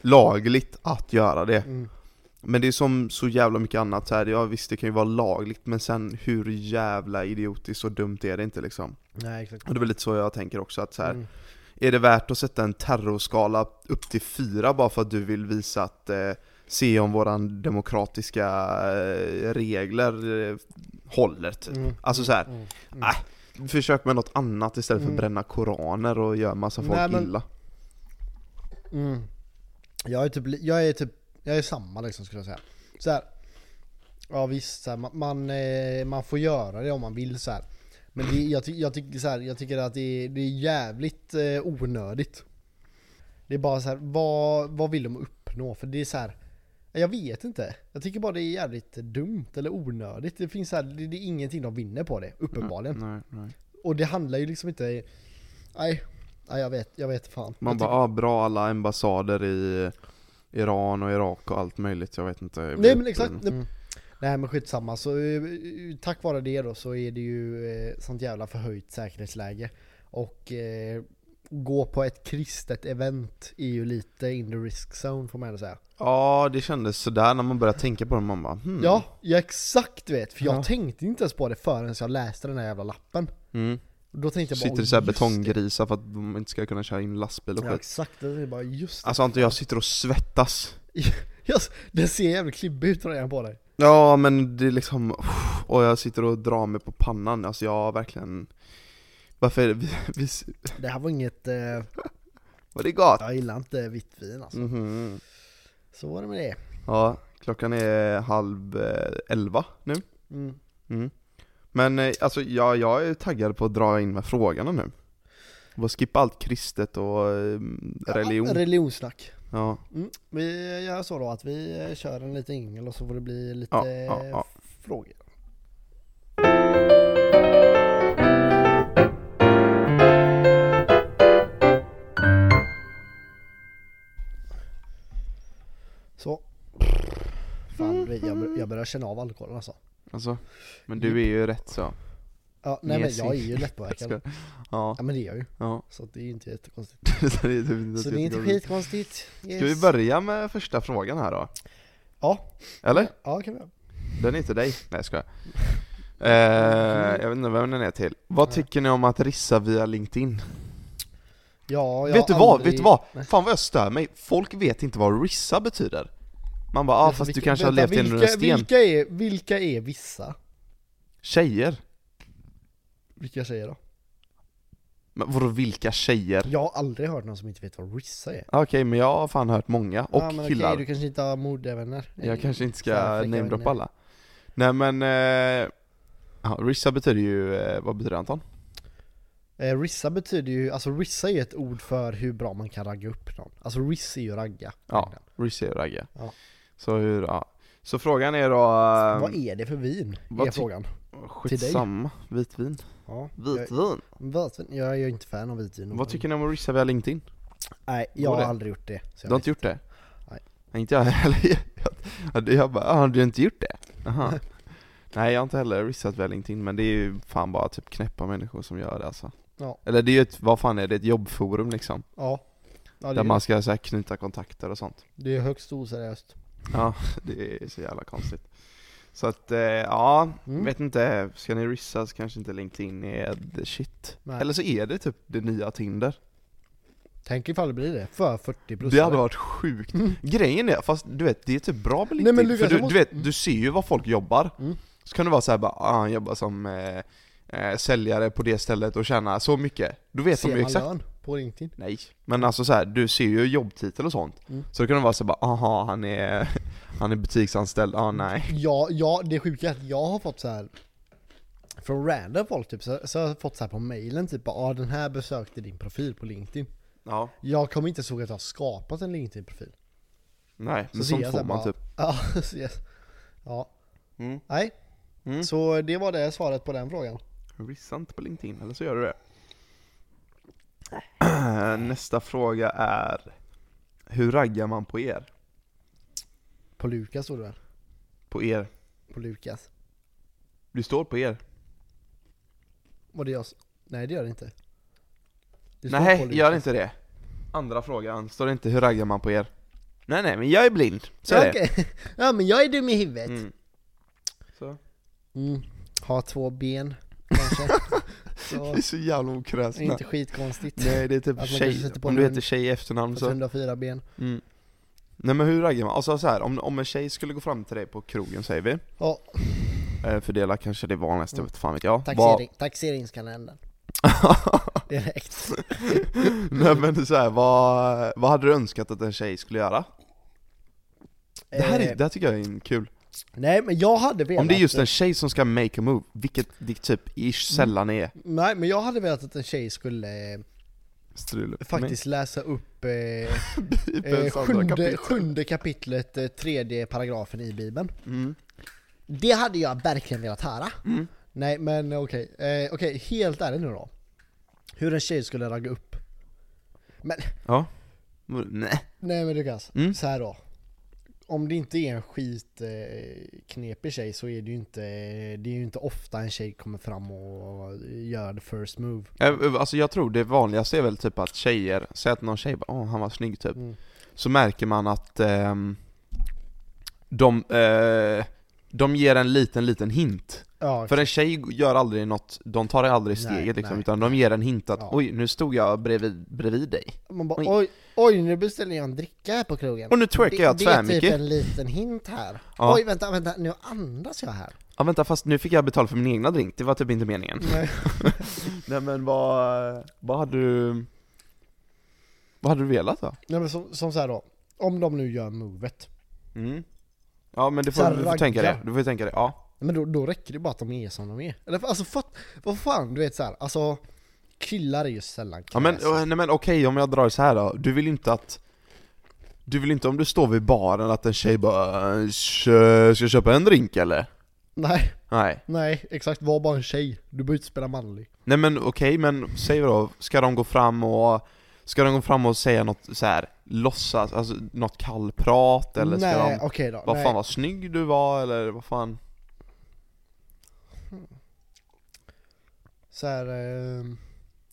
lagligt att göra det. Mm. Men det är som så jävla mycket annat så här, ja visst det kan ju vara lagligt, men sen hur jävla idiotiskt och dumt är det inte liksom? Nej exakt. Och det är väl lite så jag tänker också att så här, Mm. är det värt att sätta en terrorskala upp till fyra bara för att du vill visa att eh, se om våran demokratiska eh, regler eh, håller typ. Mm. Alltså så här, Mm. Mm. ah, försök med något annat istället för Mm. att bränna koraner och göra massa folk Nej, men- illa. Mm. Jag är typ, li- jag är typ, jag är samma liksom skulle jag säga. Så här. Ja visst, så här, man, man, eh, man får göra det om man vill så här. Men det, jag, ty, jag, tycker så här, jag tycker att det är, det är jävligt eh, onödigt. Det är bara så här, vad, vad vill de uppnå? För det är så här, jag vet inte. Jag tycker bara det är jävligt dumt eller onödigt. Det finns så här, det, det är ingenting de vinner på det, uppenbarligen. Nej, nej. Och det handlar ju liksom inte, nej, nej jag vet, jag vet fan. Man jag bara, ah, bra alla ambassader i Iran och Irak och allt möjligt, jag vet inte. jag Nej blir men exakt. uppgiven. Mm. Nej men skitsamma, så eh, tack vare det då så är det ju eh, sånt jävla förhöjt säkerhetsläge. Och eh, gå på ett kristet event är ju lite in the risk zone får man ändå säga. Ja, det kändes sådär när man började tänka på det, man bara, hmm. Ja, ja exakt vet, för jag Ja. tänkte inte ens på det förrän jag läste den här jävla lappen. Mm. Då tänkte jag bara, Sitter i "Åh, såhär just betonggrisar för att de inte ska kunna köra in lastbil det." och Ja skit exakt, jag tänkte bara just det. Alltså Anton jag sitter och svettas Yes, det ser jävligt klibbig ut redan på dig. Ja men det är liksom, och jag sitter och drar mig på pannan, alltså jag har verkligen Varför är det, vi, vi, Det här var inget, eh, var det gott? jag gillar inte vitt vin alltså. Mhm. Så var det med det. Ja, klockan är halv eh, elva nu Mm. mm. Men eh, alltså jag, jag är taggad på att dra in med frågorna nu Bara skippa allt kristet och eh, religion Ja, religionssnack. Ja, Mm. Vi gör så då att vi eh, kör en liten ingel och så får det bli lite Ja, ja, ja. eh, frågor. Mm. jag känna av alkoholen alltså. Alltså, men du är ju rätt så. Ja, nej men Mesig. jag är ju Jag lättpåverkad. ska- Ja, Ja men det är jag ju. ja. Så att det är ju inte jättekonstigt. Så det är, typ inte Så det är inte jättekonstigt. skitkonstigt. Yes. Ska vi börja med första frågan här då? Ja. Eller? Ja kan vi göra. Den är till dig. Nej jag skojar. Eh, jag vet inte vem den är till. Vad Nej. tycker ni om att rissa via LinkedIn? Ja, jag vet du har vad? aldrig- Vet du vad? Nej. Fan vad jag stör mig. Folk vet inte vad rissa betyder. Man bara, ah, Vänta, fast du Alltså, vilka- kanske har vänta, levt i en vilka- runda sten. Vilka är, vilka är vissa? Tjejer? Vilka tjejer då? Men vadå vilka tjejer? Jag har aldrig hört någon som inte vet vad rissa är. Ah, Okej, men jag har fan hört många. Och Ja, men killar. Okej, du kanske inte har modevänner. Jag kanske inte ska Så här, fräcka namedroppa vänner. alla. Nej men, eh, ja, rissa betyder ju, eh, vad betyder det Anton? Eh, rissa betyder ju, alltså rissa är ju ett ord för hur bra man kan ragga upp någon. Alltså riss är ju ragga. Ja. Rissa är ju ragge. Ja. Så hur, ja. Så frågan är då, eh, Vad är det för vin? vad är ty- frågan. dig? skitsamma, vitvin. Ja, jag, Vitvin? vitvin? Jag är ju inte fan av vitvin. Vad tycker ni om att rissa via LinkedIn? Nej, jag Går har det? aldrig gjort det. Du så jag har vet inte gjort det? Nej. Inte jag heller. Jag, jag bara, ah, har du inte gjort det? Aha. Nej jag har inte heller rissat via LinkedIn men det är ju fan bara typ knäppa människor som gör det alltså. Ja. Eller det är ju ett, vad fan är det, ett jobbforum liksom. Ja. ja det, Där är, man ska så här knyta kontakter och sånt. det är högst oseriöst. Ja, det är så jävla konstigt. Så att, eh, ja, Mm. vet inte. Ska ni rissa så kanske inte LinkedIn är the shit. Nej. Eller så är det typ det nya Tinder. Tänk ifall det blir det, för 40 plus. Mm. Det hade varit sjukt. Grejen är, fast du vet, det är typ bra med Nej, men LinkedIn. Lukas, för du, jag måste- du vet, du ser ju var folk jobbar. Mm. Så kan det vara så här, bara, ah, han jobbar som eh, eh, säljare på det stället och tjänar så mycket. Då vet Ser de ju man exakt. lön på LinkedIn? Nej, men alltså så här, du ser ju jobbtitel och sånt. Mm. Så då kan det vara så bara, aha han är, han är butiksanställd, ah nej. Ja, ja, det sjuka är att jag har fått så här från random folk typ, så, så har jag fått så här på mailen typ bara, ah, den här besökte din profil på LinkedIn. Ja, Jag kommer inte så att jag har skapat en LinkedIn-profil. nej, men ser sånt jag får sen man bara- typ. Ja, så yes. ja. Mm. nej. Mm. Så det var det svaret på den frågan. Rissa inte på LinkedIn, eller så gör du det. Nästa fråga är, hur raggar man på er? På Lukas stod det väl? På er? På Lukas. Du står på er? Var det jag? s- Nej det gör det inte. Det står på Nej, Lukas. gör inte det. Andra frågan, står det inte hur raggar man på er? Nej nej, men jag är blind. Så Ja, är det. okej. ja men jag är dum i huvudet. Mm. Så. Mm. Ha två ben kanske. Det är så jävla så, okräsna. inte skitkonstigt. Nej det är typ man kanske tjej, sätter på Alltså- om du någon- heter tjej i efternamn så 104 ben. Mm. Nej men hur raggar man? Alltså så här, om, om en tjej skulle gå fram till dig på krogen säger vi, Ja, eh, för det är kanske det vanligaste, Mm. vet fan vet jag. taxering, taxeringskalendern. Direkt. Nej men så här, vad, vad hade du önskat att en tjej skulle göra? Det här, är, Eh, det här tycker jag är en kul. Nej men jag hade velat... Om det är just en tjej som ska make a move, vilket det typ ish Mm. sällan är. Nej men jag hade velat att en tjej skulle eh, Strul. faktiskt läsa upp eh, eh, Bibelns andra sjunde, kapitel. sjunde kapitlet, eh, tredje paragrafen i bibeln. Mm. Det hade jag verkligen velat höra. Nej men okej, eh, okej helt ärligt nu då. Hur en tjej skulle ragga upp. Men Ja. Nej. Nej men Lukas, Mm. så här då. Om det inte är en skit eh, knepig tjej så är det ju inte, det är ju inte ofta en tjej kommer fram och gör the first move. Eh, Alltså jag tror det vanligaste är väl typ att tjejer, säg att någon tjej bara åh han var snygg typ. Mm. så märker man att ehm, de, eh, de ger en liten, liten hint. Ja, För en tjej gör aldrig något, de tar aldrig Nej, steget liksom, nej, utan de ger en hint att Ja. oj, nu stod jag bredvid, bredvid dig. man bara Oj. oj. oj, oj nu beställer jag en dricka här på krogen. Och nu twerkar jag det, det är typ tvärmycket. en liten hint här. Ja. Oj vänta, vänta, nu andas jag här. Ja vänta, fast nu fick jag betala för min egna drink, det var typ inte meningen. Nej. Nej men vad, vad hade du... Vad hade du velat då? Nej men som, som så här då, om de nu gör movet. Mm. Ja men du Så får, här du får tänka ragga. det, du får tänka det, ja. Men då, då räcker det bara att de är som de är. Eller alltså fatt, vad fan, du vet så här, alltså killar är ju sällan ja men, eh, kräsna. nej, men okej om jag drar så här då, du vill inte att du vill inte om du står vid baren att en tjej bara "Äh, kö- Ska jag köpa en drink eller? Nej. Nej Nej, exakt. Var bara en tjej. Du behöver inte spela manlig. Nej men okej, men säg då, ska de gå fram och Ska de gå fram och säga något så här låtsas, alltså något kallprat eller ska nej, de okej då. Vad nej. fan vad snygg du var eller vad fan? Så här, ehm,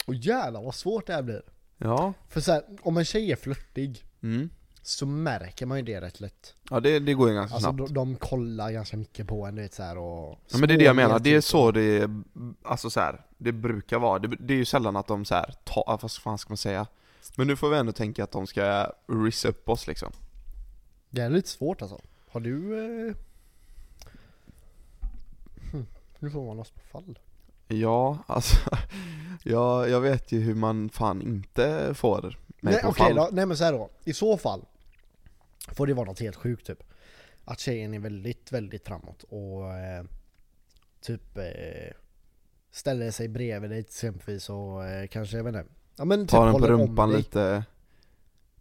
och jävlar vad svårt det här blir. Ja, För så här, om en tjej är flörtig mm. så märker man ju det rätt lätt. Ja det, det går ju ganska Alltså snabbt de, de kollar ganska mycket på en du vet så här och... Ja men det är det jag spånar menar, det är typ. så det, alltså så här, det brukar vara. Det, det är ju sällan att de så här, ta, ja, vad fan ska man säga? Men nu får vi ändå tänka att de ska rissa upp oss liksom. Det är lite svårt alltså. Har du... Eh... Hm, nu får man oss på fall. Ja, alltså, ja, jag vet ju hur man fan inte får mig Nej, på okej fall. då, nej men så här då. I så fall får det vara något helt sjukt typ. Att tjejen är väldigt, väldigt framåt och eh, typ eh, ställer sig bredvid dig till exempelvis och eh, kanske, jag vet inte. Ja men typ Ta den på håller om rumpan dig. lite.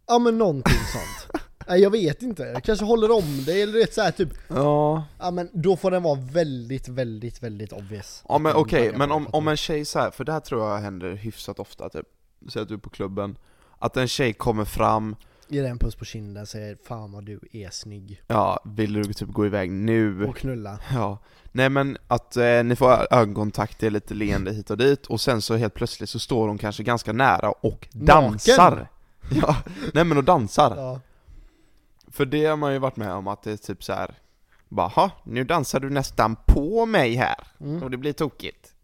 Ja men någonting sånt. Nej jag vet inte, jag kanske håller om dig eller du vet så här typ. Ja, Ja men då får den vara väldigt, väldigt, väldigt obvious. ja men Att den okej, taggar men på om, dig. om en tjej så här, för det här tror jag händer hyfsat ofta typ. Säg att du är på klubben, att en tjej kommer fram, Ger en puss på kinden, säger 'Fan vad du är snygg' ja vill du typ gå iväg nu? och knulla. Ja, nej men att eh, ni får ö- ögonkontakt, det är lite leende hit och dit och sen så helt plötsligt så står hon kanske ganska nära och dansar! Ja, nej men och dansar! Ja. För det har man ju varit med om att det är typ så här. bara "Ha, nu dansar du nästan på mig här Mm. och det blir tokigt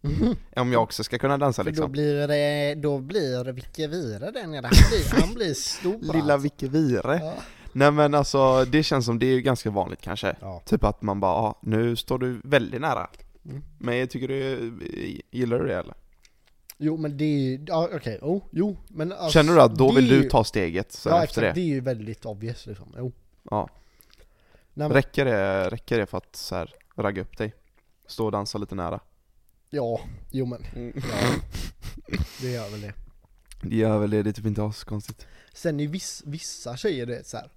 Om jag också ska kunna dansa För då liksom blir det, då blir Vicke Vira den jävla, han blir, han blir stor Lilla Vicke Vire Ja. Nej men alltså, det känns som det är ju ganska vanligt kanske Ja. Typ att man bara "Ah, nu står du väldigt nära Mm. Men jag tycker du, eh, gillar du det eller? Jo men det är ju, ja, okej, jo, jo men alltså, Känner du att då det vill är ju- du ta steget sen ja, efter exakt, det? det är ju väldigt obvious liksom, jo. Ja. Nej, men, Räcker det, räcker det för att så här, ragga upp dig? Stå och dansa lite nära? ja, jo men, Mm. ja. Det gör väl det. Det gör väl det, det är typ inte askonstigt Sen är ju viss, vissa tjejer det så här.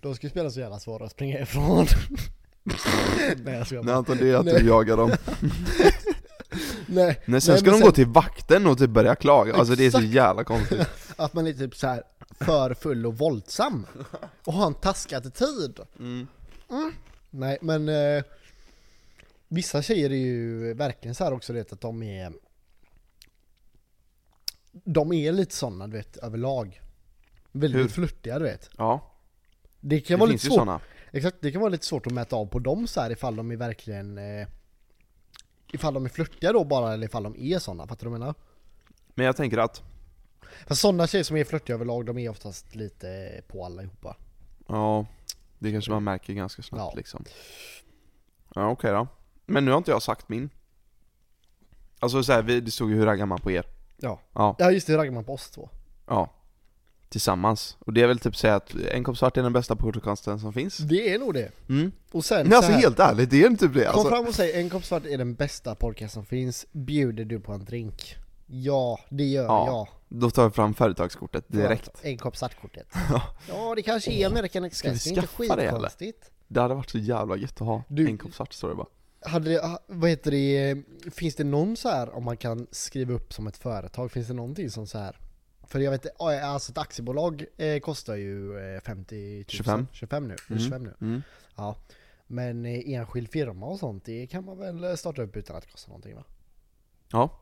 de ska ju spela så jävla svåra och springa ifrån. Nej jag Nej skojar bara. Anton, det är att Nej. du jagar dem Nej, Nej sen Nej, ska men de gå till vakten och typ börja klaga, alltså det är så Exakt. jävla konstigt att man är typ så här för full och våldsam. Och har en taskig attityd. mm. Nej, men eh, vissa tjejer är ju verkligen så här också, du vet, att de är de är lite sådana, du vet, överlag. Väldigt Hur? flörtiga, du vet. Ja, Det kan det, vara lite finns ju svårt. sådana Exakt, det kan vara lite svårt att mäta av på dem så här ifall de är verkligen eh, ifall de är flörtiga då bara eller ifall de är sådana, fattar du vad jag menar? Men jag tänker att, För sådana tjejer som är flörtiga överlag, de är oftast lite på allihopa. ja Det kanske man märker ganska snabbt Ja. liksom Ja okej då Men nu har inte jag sagt min Alltså så här, vi, det stod ju hur raggar man på er? Ja. Ja Ja just det, hur raggar man på oss två? Ja Tillsammans, och det är väl typ säga att en kopp svart är den bästa portkonsten som finns Det är nog det. mm. Och sen Nej så alltså här- helt ärligt, det är inte typ det Kom alltså. fram och säg en kopp svart är den bästa podcast som finns, bjuder du på en drink? Ja, det gör Ja, jag. Då tar vi fram företagskortet direkt En kopp svartkortet. ja, det kanske är American Express, det Ska är vi inte skaffa det, eller? skitkonstigt. Det hade varit så jävla gött att ha Du- en kopp svart står det bara Hade det, ha- vad heter det, finns det någon så här om man kan skriva upp som ett företag, finns det någonting som så här? För jag vet ja, alltså ett aktiebolag eh, kostar ju eh, 50 000, 25. 25 nu, mm. 25 nu. mm. Ja. Men eh, enskild firma och sånt, det kan man väl eh, starta upp utan att det kostar någonting va? Ja,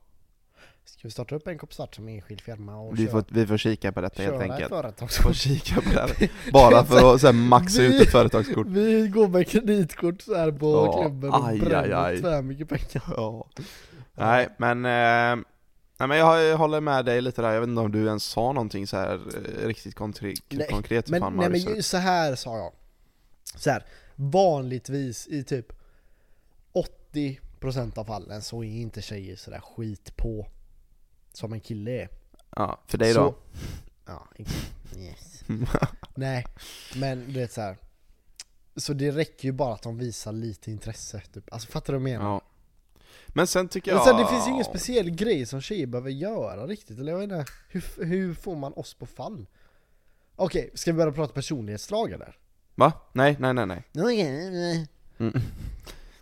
Ska vi starta upp en kopp svart som enskild firma och vi köra- får, vi får kika på detta helt köra ett enkelt företag Vi får kika på det här. Bara för att så här, maxa ut ett företagskort Vi går med kreditkort så här på Ja, klubben och aj, aj, bränner aj. tvärmycket pengar. Ja. Nej men, eh, nej, men jag, jag håller med dig lite där, jag vet inte om du ens sa någonting så här eh, riktigt konkret, Nej, konkret hur Men, fan nej, man men ryser. ju så här sa jag. Så här, vanligtvis i typ 80% av fallen så är inte tjejer sådär skit på som en kille är. Ja, för dig Så- då? Ja, exakt. yes. Nej, men du vet så här. Så det räcker ju bara att de visar lite intresse. Typ. Alltså fattar du vad jag menar? Ja. Men sen tycker Men jag... sen, det finns ju ingen speciell grej som tjejer behöver göra riktigt, eller jag vet inte. Hur, hur får man oss på fall? Okej, ska vi börja prata personlighetsdrag eller? Va? Nej, nej, nej, nej. Okej,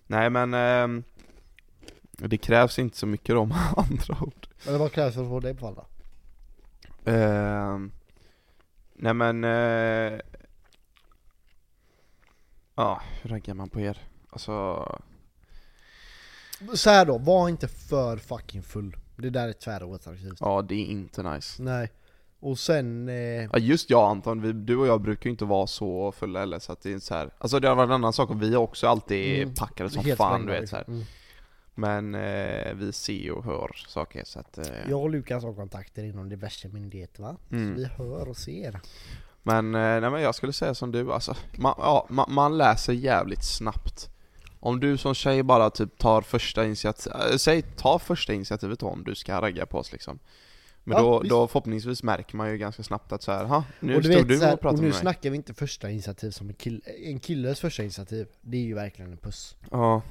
Nej men, ehm, det krävs inte så mycket då med andra ord. Eller vad krävs för att få dig på fall då? Ehm, nej men... eh, ja, hur raggar man på er? Alltså... Så här då, var inte för fucking full. Det där är tväroattraktivt. Ja, det är inte nice. Nej. Och sen... Eh, Ja, just jag Anton, vi, du och jag brukar ju inte vara så fulla eller så att det är så här. Alltså det har varit en annan sak och vi är också alltid Mm. packade som helt fan sprängda du vet så här. liksom. Mm. Men eh, vi ser och hör saker så att... Eh, Jag och Lukas har kontakter inom diverse myndigheter va? Mm. Vi hör och ser. Men, eh, nej, men jag skulle säga som du alltså, man, ja, man, man läser jävligt snabbt Om du som tjej bara typ tar första initiativet, säg ta första initiativet då om du ska ragga på oss liksom Men Ja, då, visst. då förhoppningsvis märker man ju ganska snabbt att så här, "Ha, nu och stod du så här, och pratade och nu med mig snackar vi inte första initiativ som en kille. En killes första initiativ, det är ju verkligen en puss. Ja,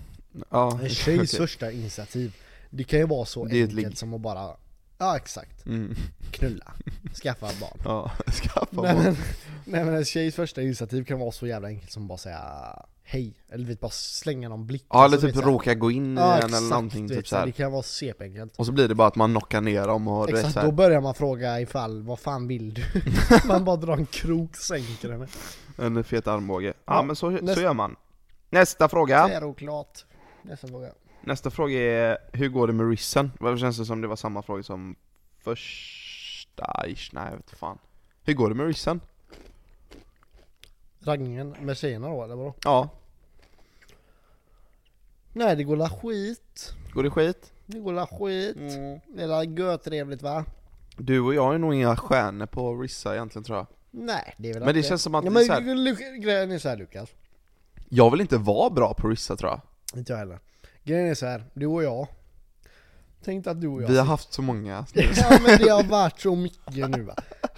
ja En tjejs Ah, okej. första initiativ, det kan ju vara så Det är ett enkelt ligg. som att bara, ja exakt, mm, knulla, skaffa barn. ja, skaffa Nej barn. men, nej men en tjejs första initiativ kan vara så jävla enkelt som att bara säga hej, eller vet, bara slänga någon blick. Ja eller Alltså, typ vet, så här, råka gå in i ja, en eller någonting vet, typ så här, Det såhär kan vara cp-enkelt. Och så blir det bara att man knockar ner dem och du vet Exakt, så då här, börjar man fråga ifall, vad fan vill du? man bara drar en krok, sänker henne. en fet armbåge Ja Ja, men så, så nästa- gör man Nästa fråga! Det är oklart. Nästa fråga. Nästa fråga är, hur går det med rissen? Varför känns det som det var samma fråga som första? Ish, nej jag vet fan. Hur går det med rissen? Raggningen med tjejerna då, eller vadå? Ja, Nej, det går la skit. går det skit? Det går la skit. Mm. Det är la görtrevligt va? Du och jag är nog inga stjärnor på att rissa egentligen tror jag. Nej, det är väl Men det inte- känns som att ja, det är men, så här- Lu- Grejen är såhär Lukas, Jag vill inte vara bra på att rissa tror jag. inte jag heller. Grejen är såhär, du och jag. Tänk dig att du och jag... Vi har haft så många. Oh, ja men det har varit så mycket nu va.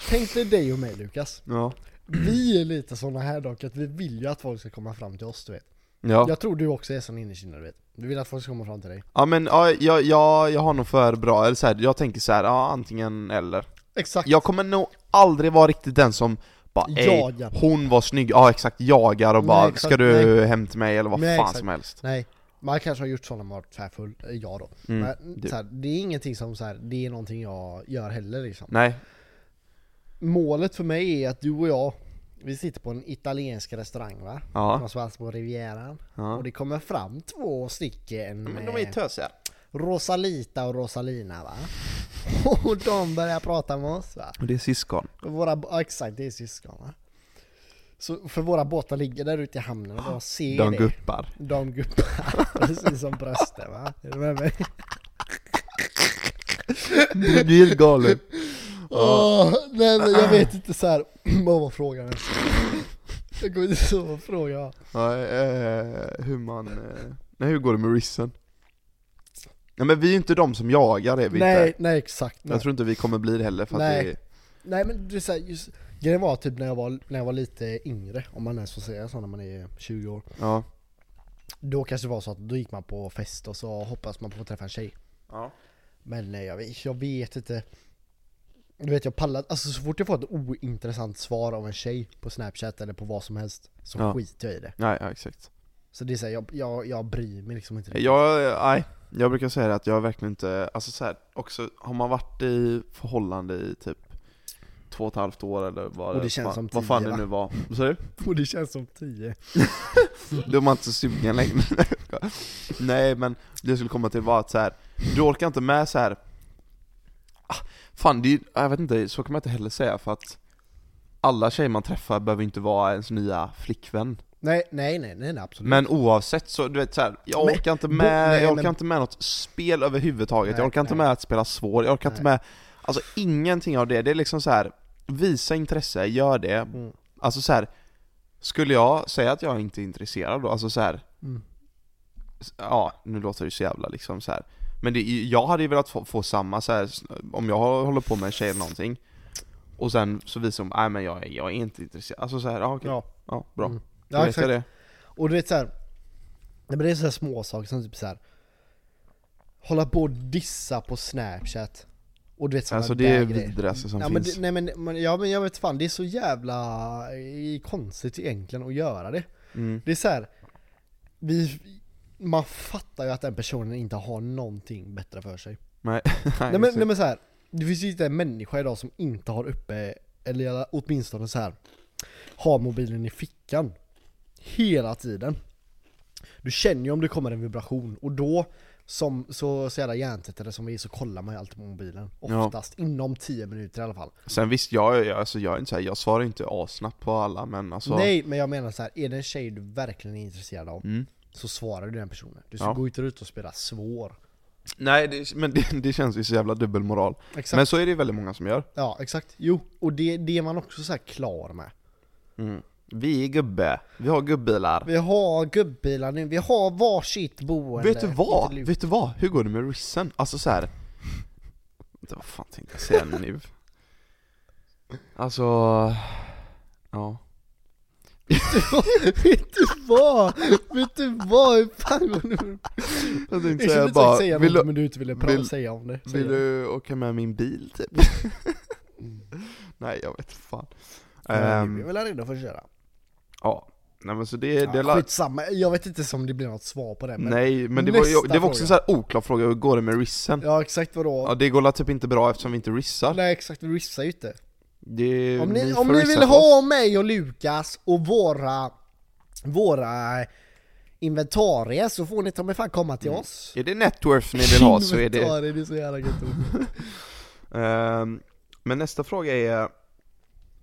Tänk dig dig och mig Lukas. Ja. Vi är lite såna här dock, att vi vill ju att folk ska komma fram till oss du vet. Ja, Jag tror du också är sån innerst inne du vet. Du vill att folk ska komma fram till dig. ja men ja, jag, jag, jag har nog för bra, eller så här, jag tänker så här, ja antingen eller. Exakt. Jag kommer nog aldrig vara riktigt den som bara ej, Jagar. hon var snygg, ja exakt, jagar och Nej, bara exakt, ska du hem till mig eller vad Nej, fan exakt. som helst. Nej, man kanske har gjort sådana man varit tvärfull, eh, jag då. Mm, Men du. så här, det är ingenting som så här, det är någonting jag gör heller liksom. Nej, Målet för mig är att du och jag, vi sitter på en italiensk restaurang va? ja. Någonstans på Rivieran. ja. Och det kommer fram två stycken eh, tösiga. Rosalita och Rosalina va? Och de börjar prata med oss va? Och det är syskon. För Våra, ja, exakt, det är syskon va? Så för våra båtar ligger där ute i hamnen och de ser De det. guppar. Damgubbar, precis som brösten va? Är du med mig? Du blir helt galen. Åh, nej men jag vet inte så här. vad var frågan ens? Jag kommer inte ihåg vad frågan var. Ja, eh, hur man... Eh, nej, hur går det med rissen? Nej men vi är ju inte de som jagar är vi Nej, inte. nej exakt. Nej, Jag tror inte vi kommer bli det heller för att Nej. det är... nej men det är så här, just, grejen var typ när jag var, när jag var lite yngre, om man ens får säga så när man är 20 år. Ja. Då kanske det var så att då gick man på fest och så hoppas man på att träffa en tjej. ja. Men nej, jag, vet, jag vet inte. Du vet jag pallar, alltså så fort jag får ett ointressant svar av en tjej på snapchat eller på vad som helst så Ja. skiter jag i det. Nej, ja, exakt. Så det är såhär, jag, jag, jag bryr mig liksom inte. Jag, eh, nej. Jag brukar säga det att jag verkligen inte, alltså så här, också har man varit i förhållande i typ två och ett halvt år eller vad Och det känns fan, som vad fan tio, det va? nu var. Vad säger du? Och det känns som 10. Då är man inte så sugen längre. Nej men det jag skulle komma till var att så här. du orkar inte med så här. Ah, Fan, det är, ju- jag vet inte, så kan man inte heller säga för att alla tjejer man träffar behöver inte vara ens nya flickvän. Nej, nej, nej, nej, nej absolut. Men oavsett så, du vet så här, jag typ. Men- orkar inte bo- med, nej, jag orkar men- inte med något spel överhuvudtaget, jag Nej, orkar inte nej. med att spela svår, jag orkar inte Nej. med, alltså ingenting av det, det är liksom så här. visa intresse, gör det. Mm. Alltså så här. skulle jag säga att jag inte är intresserad då, alltså så här, Mm. ja, nu låter det ju så jävla liksom så här. Men det, är ju- jag hade ju velat få, få samma så här, s- om jag håller på med en tjej eller någonting Och sen så visar hon, nej men jag, är- jag är inte intresserad, alltså så här, ja okej, ja. Ja. bra Mm. Då Ja, vet jag exakt. det Och du vet såhär, nej men det är såhär små saker som typ såhär, hålla på och dissa på snapchat. Och du vet sådana Alltså alltså, det är där det grejer. vidrigaste som Ja, men, finns det- nej men, men, ja men jag vet fan, det är så jävla eh, konstigt egentligen att göra det. mm. Det är så här. Vi, man fattar ju att den personen inte har någonting bättre för sig. Nej, Nej men, nej, men så här. Det finns ju inte en människa idag som inte har uppe, eller i alla- åtminstone så här har mobilen i fickan. Hela tiden. Du känner ju om det kommer en vibration och då som så, så jävla hjärntvättade som vi är så kollar man ju alltid på mobilen. Ja. Oftast inom 10 minuter i alla fall. Sen visst, jag, jag, alltså, jag är inte så här, jag svarar inte asnabbt på alla men alltså Nej men jag menar så här, är det en tjej du verkligen är intresserad av Mm. så svarar du den personen. Ja. Du ska gå inte ut och spela svår. Nej, det, men det, det känns ju så jävla dubbelmoral. Exakt. Men så är det ju väldigt många som gör. Ja exakt, jo. Och det, det är man också så här klar med. Vi är gubbe, vi har gubbilar. Vi har gubbilar nu, vi har varsitt boende. Vet du Inte vad? lugnt. Vet du vad? Hur går det med rissen? Alltså så här. Det var fan tänkte jag säga nu? Alltså... Ja. vet du vad? Vet du vad? Hur fan går det med- Jag Jag tänkte skulle säga inte bara, säga vill, något du, men du inte ville vill- vill, säga om det. Säg vill det. du åka med min bil typ? Nej jag vet fan. Ja, Ehm, Vi är väl redo för att köra? ja. Nej men så det, det Ja, la, skitsamma, jag vet inte om det blir något svar på det men... Nej men det var, ju, Nästa det var också en så fråga. här oklar fråga, hur går det med rissen? Ja exakt vadå? Ja det går la typ inte bra eftersom vi inte rissar. Nej exakt, vi rissar ju inte. Det, Om ni, får om ni rissa vill på ha oss. mig och Lukas och våra, våra inventarier så får ni ta mig fan komma till oss. Är det networth Mm. ni vill ha så är det Inventarier, det är så jävla gött ord. Ehm, Men nästa fråga är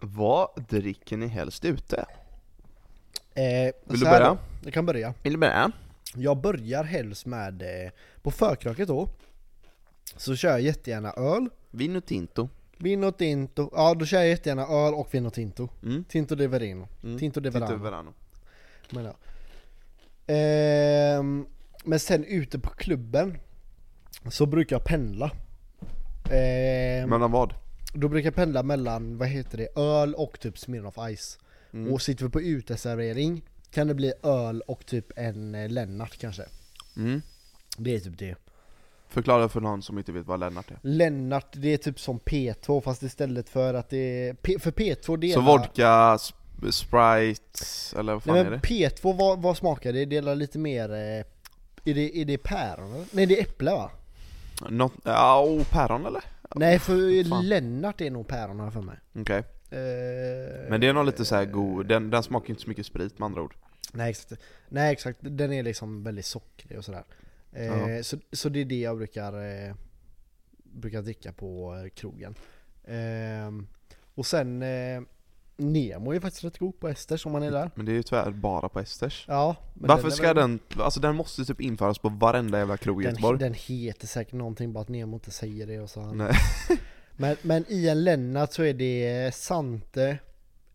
Vad dricker ni helst ute? Eh, Vill så du här börja? då. Jag kan börja. Vill du börja? Jag börjar helst med, eh, på förkröket då, så kör jag jättegärna öl, Vino tinto vino tinto, ja då kör jag jättegärna öl och vino tinto. Mm. Tinto de verino. Mm, Tinto de verano. Tinto Verano menar jag. Ehm, men sen ute på klubben så brukar jag pendla. Ehm, Mellan vad? Då brukar jag pendla mellan, vad heter det, öl och typ Smirnoff Ice. Och sitter vi på uteservering kan det bli öl och typ en eh, Lennart kanske. Mm. Det är typ det. Förklara för någon som inte vet vad Lennart är Lennart, det är typ som P2 fast istället för att det är... P, för P2 det är... Så vodka, sp- Sprite, eller vad fan Nej är det? men P2 vad, vad smakar det? Det är lite mer... eh, Är det, är det päron? eller? Nej det är äpple va? Något, ja, oh, päron eller? Nej för fan. Lennart är nog päron har jag för mig. Okej, Eh, men det är nog lite så här god, den, den smakar ju inte så mycket sprit med andra ord Nej exakt, nej, exakt. den är liksom väldigt sockrig och sådär. Eh, Ja. så, så det är det jag brukar, eh, brukar dricka på eh, krogen. Ehm, och sen eh, Nemo är faktiskt rätt god på Esters om man är där. Men det är ju tyvärr bara på Esters Ja, men Varför är ska väl- den, alltså den måste typ införas på varenda jävla krog i den, Göteborg den heter säkert någonting bara att Nemo inte säger det och så han. Nej. Men, men i en Lennart så är det Sante,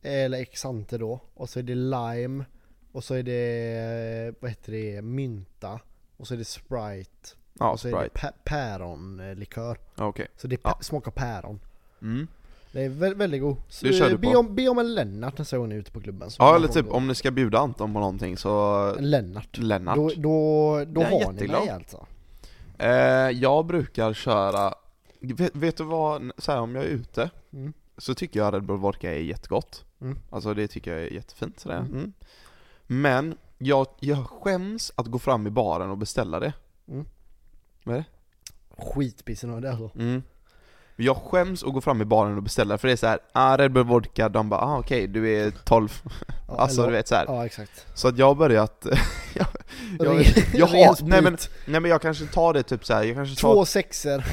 eller Exante då, och så är det Lime, och så är det, vad heter det, Mynta, och så är det Sprite, Ja, och så är alltså, det Sprite, pä- päronlikör. Ja, okej Så det är Ja. pä- smakar päron. mm. Det är vä- väldigt god. Så, Det kör eh, du be, på. om, be om en Lennart nästa gång ni är ute på klubben. så Ja kan eller få typ gå. om ni ska bjuda Anton på någonting så En Lennart. Lennart Då, då, då Jag är har ni jätteglad. mig alltså. eh, Jag brukar köra, vet, vet du vad, så här, om jag är ute Mm. Så tycker jag Red Bull Vodka är jättegott Mm. Alltså det tycker jag är jättefint sådär Mm. mm. Men jag, jag skäms att gå fram i baren och beställa det Skitpissnödig alltså. Mm. Jag skäms att gå fram i baren och beställa för det är så här, ah, Red Bull Vodka, de bara ah, okej du är 12 Ja, Alltså eller- du vet så här. Ja exakt. Så att jag har börjat, jag, jag, Ren- jag ren har, nej men, sprit. nej men jag kanske tar det typ så här. jag kanske tar Två sexer,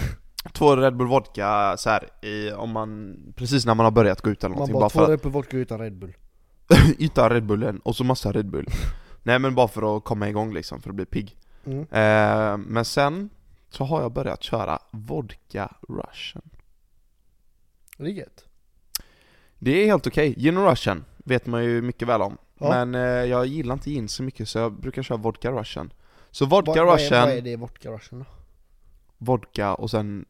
två Red Bull Vodka så här, i, om man, precis när man har börjat gå ut eller man någonting bara, bara, två för Red Bull vodka utan Red Bull. att yta Red Bullen och så massa Red Bull Nej men bara för att komma igång liksom, för att bli pigg Mm. eh, Men sen så har jag börjat köra Vodka Russian Det är gött. Det är helt okej, gin och Russian vet man ju mycket väl om Ja. Men eh, jag gillar inte gin så mycket så jag brukar köra Vodka Russian Så Vodka Vad- vad är- Russian, Vad är det i vodka russian då? vodka och sen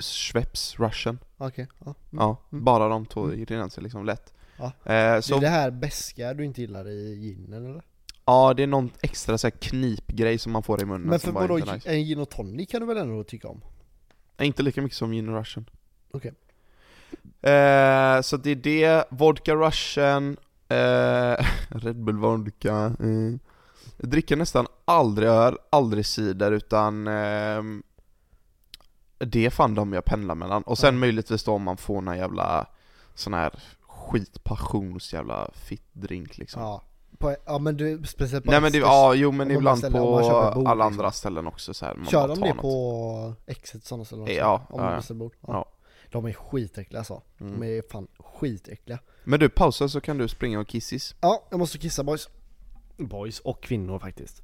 Schweppes Russian Okej, ja. Ja, Mm. bara de två ingredienserna liksom lätt. Ja. Eh, Så... Det så, Mm, är det här beska du inte gillar i ginen eller? ja det är någon extra så här knipgrej som man får i munnen Men för som alltså, bara vadå, inte är nice. en gin och tonic kan du väl ändå tycka om? Nej, Inte lika mycket som gin och russian. Okej. Eh, så det är det, vodka russian, eh, Red Bull vodka, mm. Jag dricker nästan aldrig öl, aldrig cider utan ehm, Det är fan de jag pendlar mellan. Och sen möjligtvis då om man får någon jävla sån här skitpassions jävla fittdrink liksom. Ja, på, ja men du, speciellt på Nej men det, Exters. ja jo men många ibland ställen, om på man köper bord, alla liksom. andra ställen också så här, man Kör bara de tar det något. på exit sådana ställen också? Ja, Om ja, man ja. beställer bord? Ja. De är skitäckliga alltså. Mm. De är fan skitäckliga. Men du pausa så kan du springa och kissis. Ja, jag måste kissa boys. Boys och kvinnor faktiskt.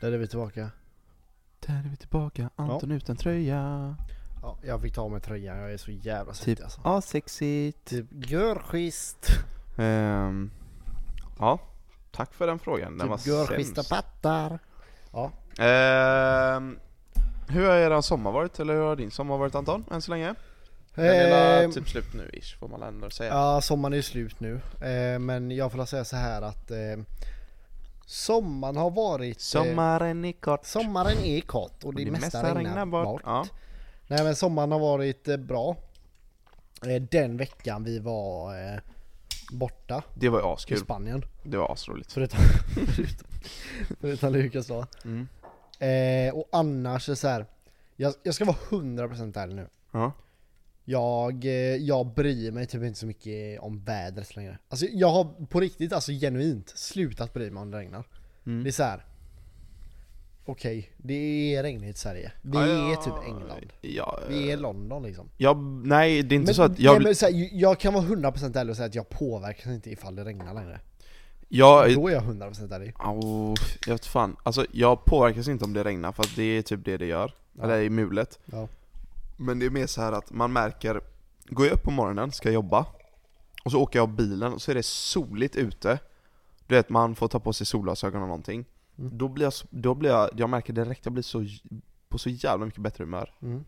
Där är vi tillbaka. Där är vi tillbaka, Anton utan tröja. Ja, jag fick ta av mig tröjan, jag är så jävla svettig Typ, alltså. ja sexigt. Typ görschist. Ehm, ja, tack för den frågan. Den Typ var görschista sämst. pattar. Ehm, hur har er sommar varit? Eller hur har din sommar varit Anton, än så länge? Den är Ehm, väl typ slut nu ish, får man ändå säga. Ja, sommaren är ju slut nu. Eh, men jag får säga så här att eh, sommaren har varit... eh, Sommaren är kort. sommaren är kort och det, mesta, regnar bort. Ja. Nej men sommaren har varit eh, bra. Eh, den veckan vi var eh, borta Det var ju i askul. Spanien. Det var asroligt. Förutom, förutom, förutom Lukas då. Mm. Eh, och annars är så här. Jag, jag ska vara 100% ärlig nu. Ja. Jag, eh, jag bryr mig typ inte så mycket om vädret längre. Alltså jag har på riktigt, alltså genuint, slutat bry mig om det regnar. Det är så här. Okej, det är regnigt Sverige. Vi är typ England. Ja, Vi är London liksom. ja, nej det är inte Men, så att jag, nej, men så här, ju- jag kan vara 100% ärlig och säga att jag påverkas inte ifall det regnar längre. jag, Då är jag 100% ärlig. Au, jag vet fan. Alltså jag påverkas inte om det regnar för att det är typ det det gör. Eller i mulet. Ja. Men det är mer så här att man märker, går jag upp på morgonen, ska jobba, och så åker jag av bilen och så är det soligt ute. Du vet man får ta på sig solglasögon och någonting. Mm. Då blir jag, så- då blir jag, jag märker direkt, jag blir så, j- på så jävla mycket bättre humör. Mm.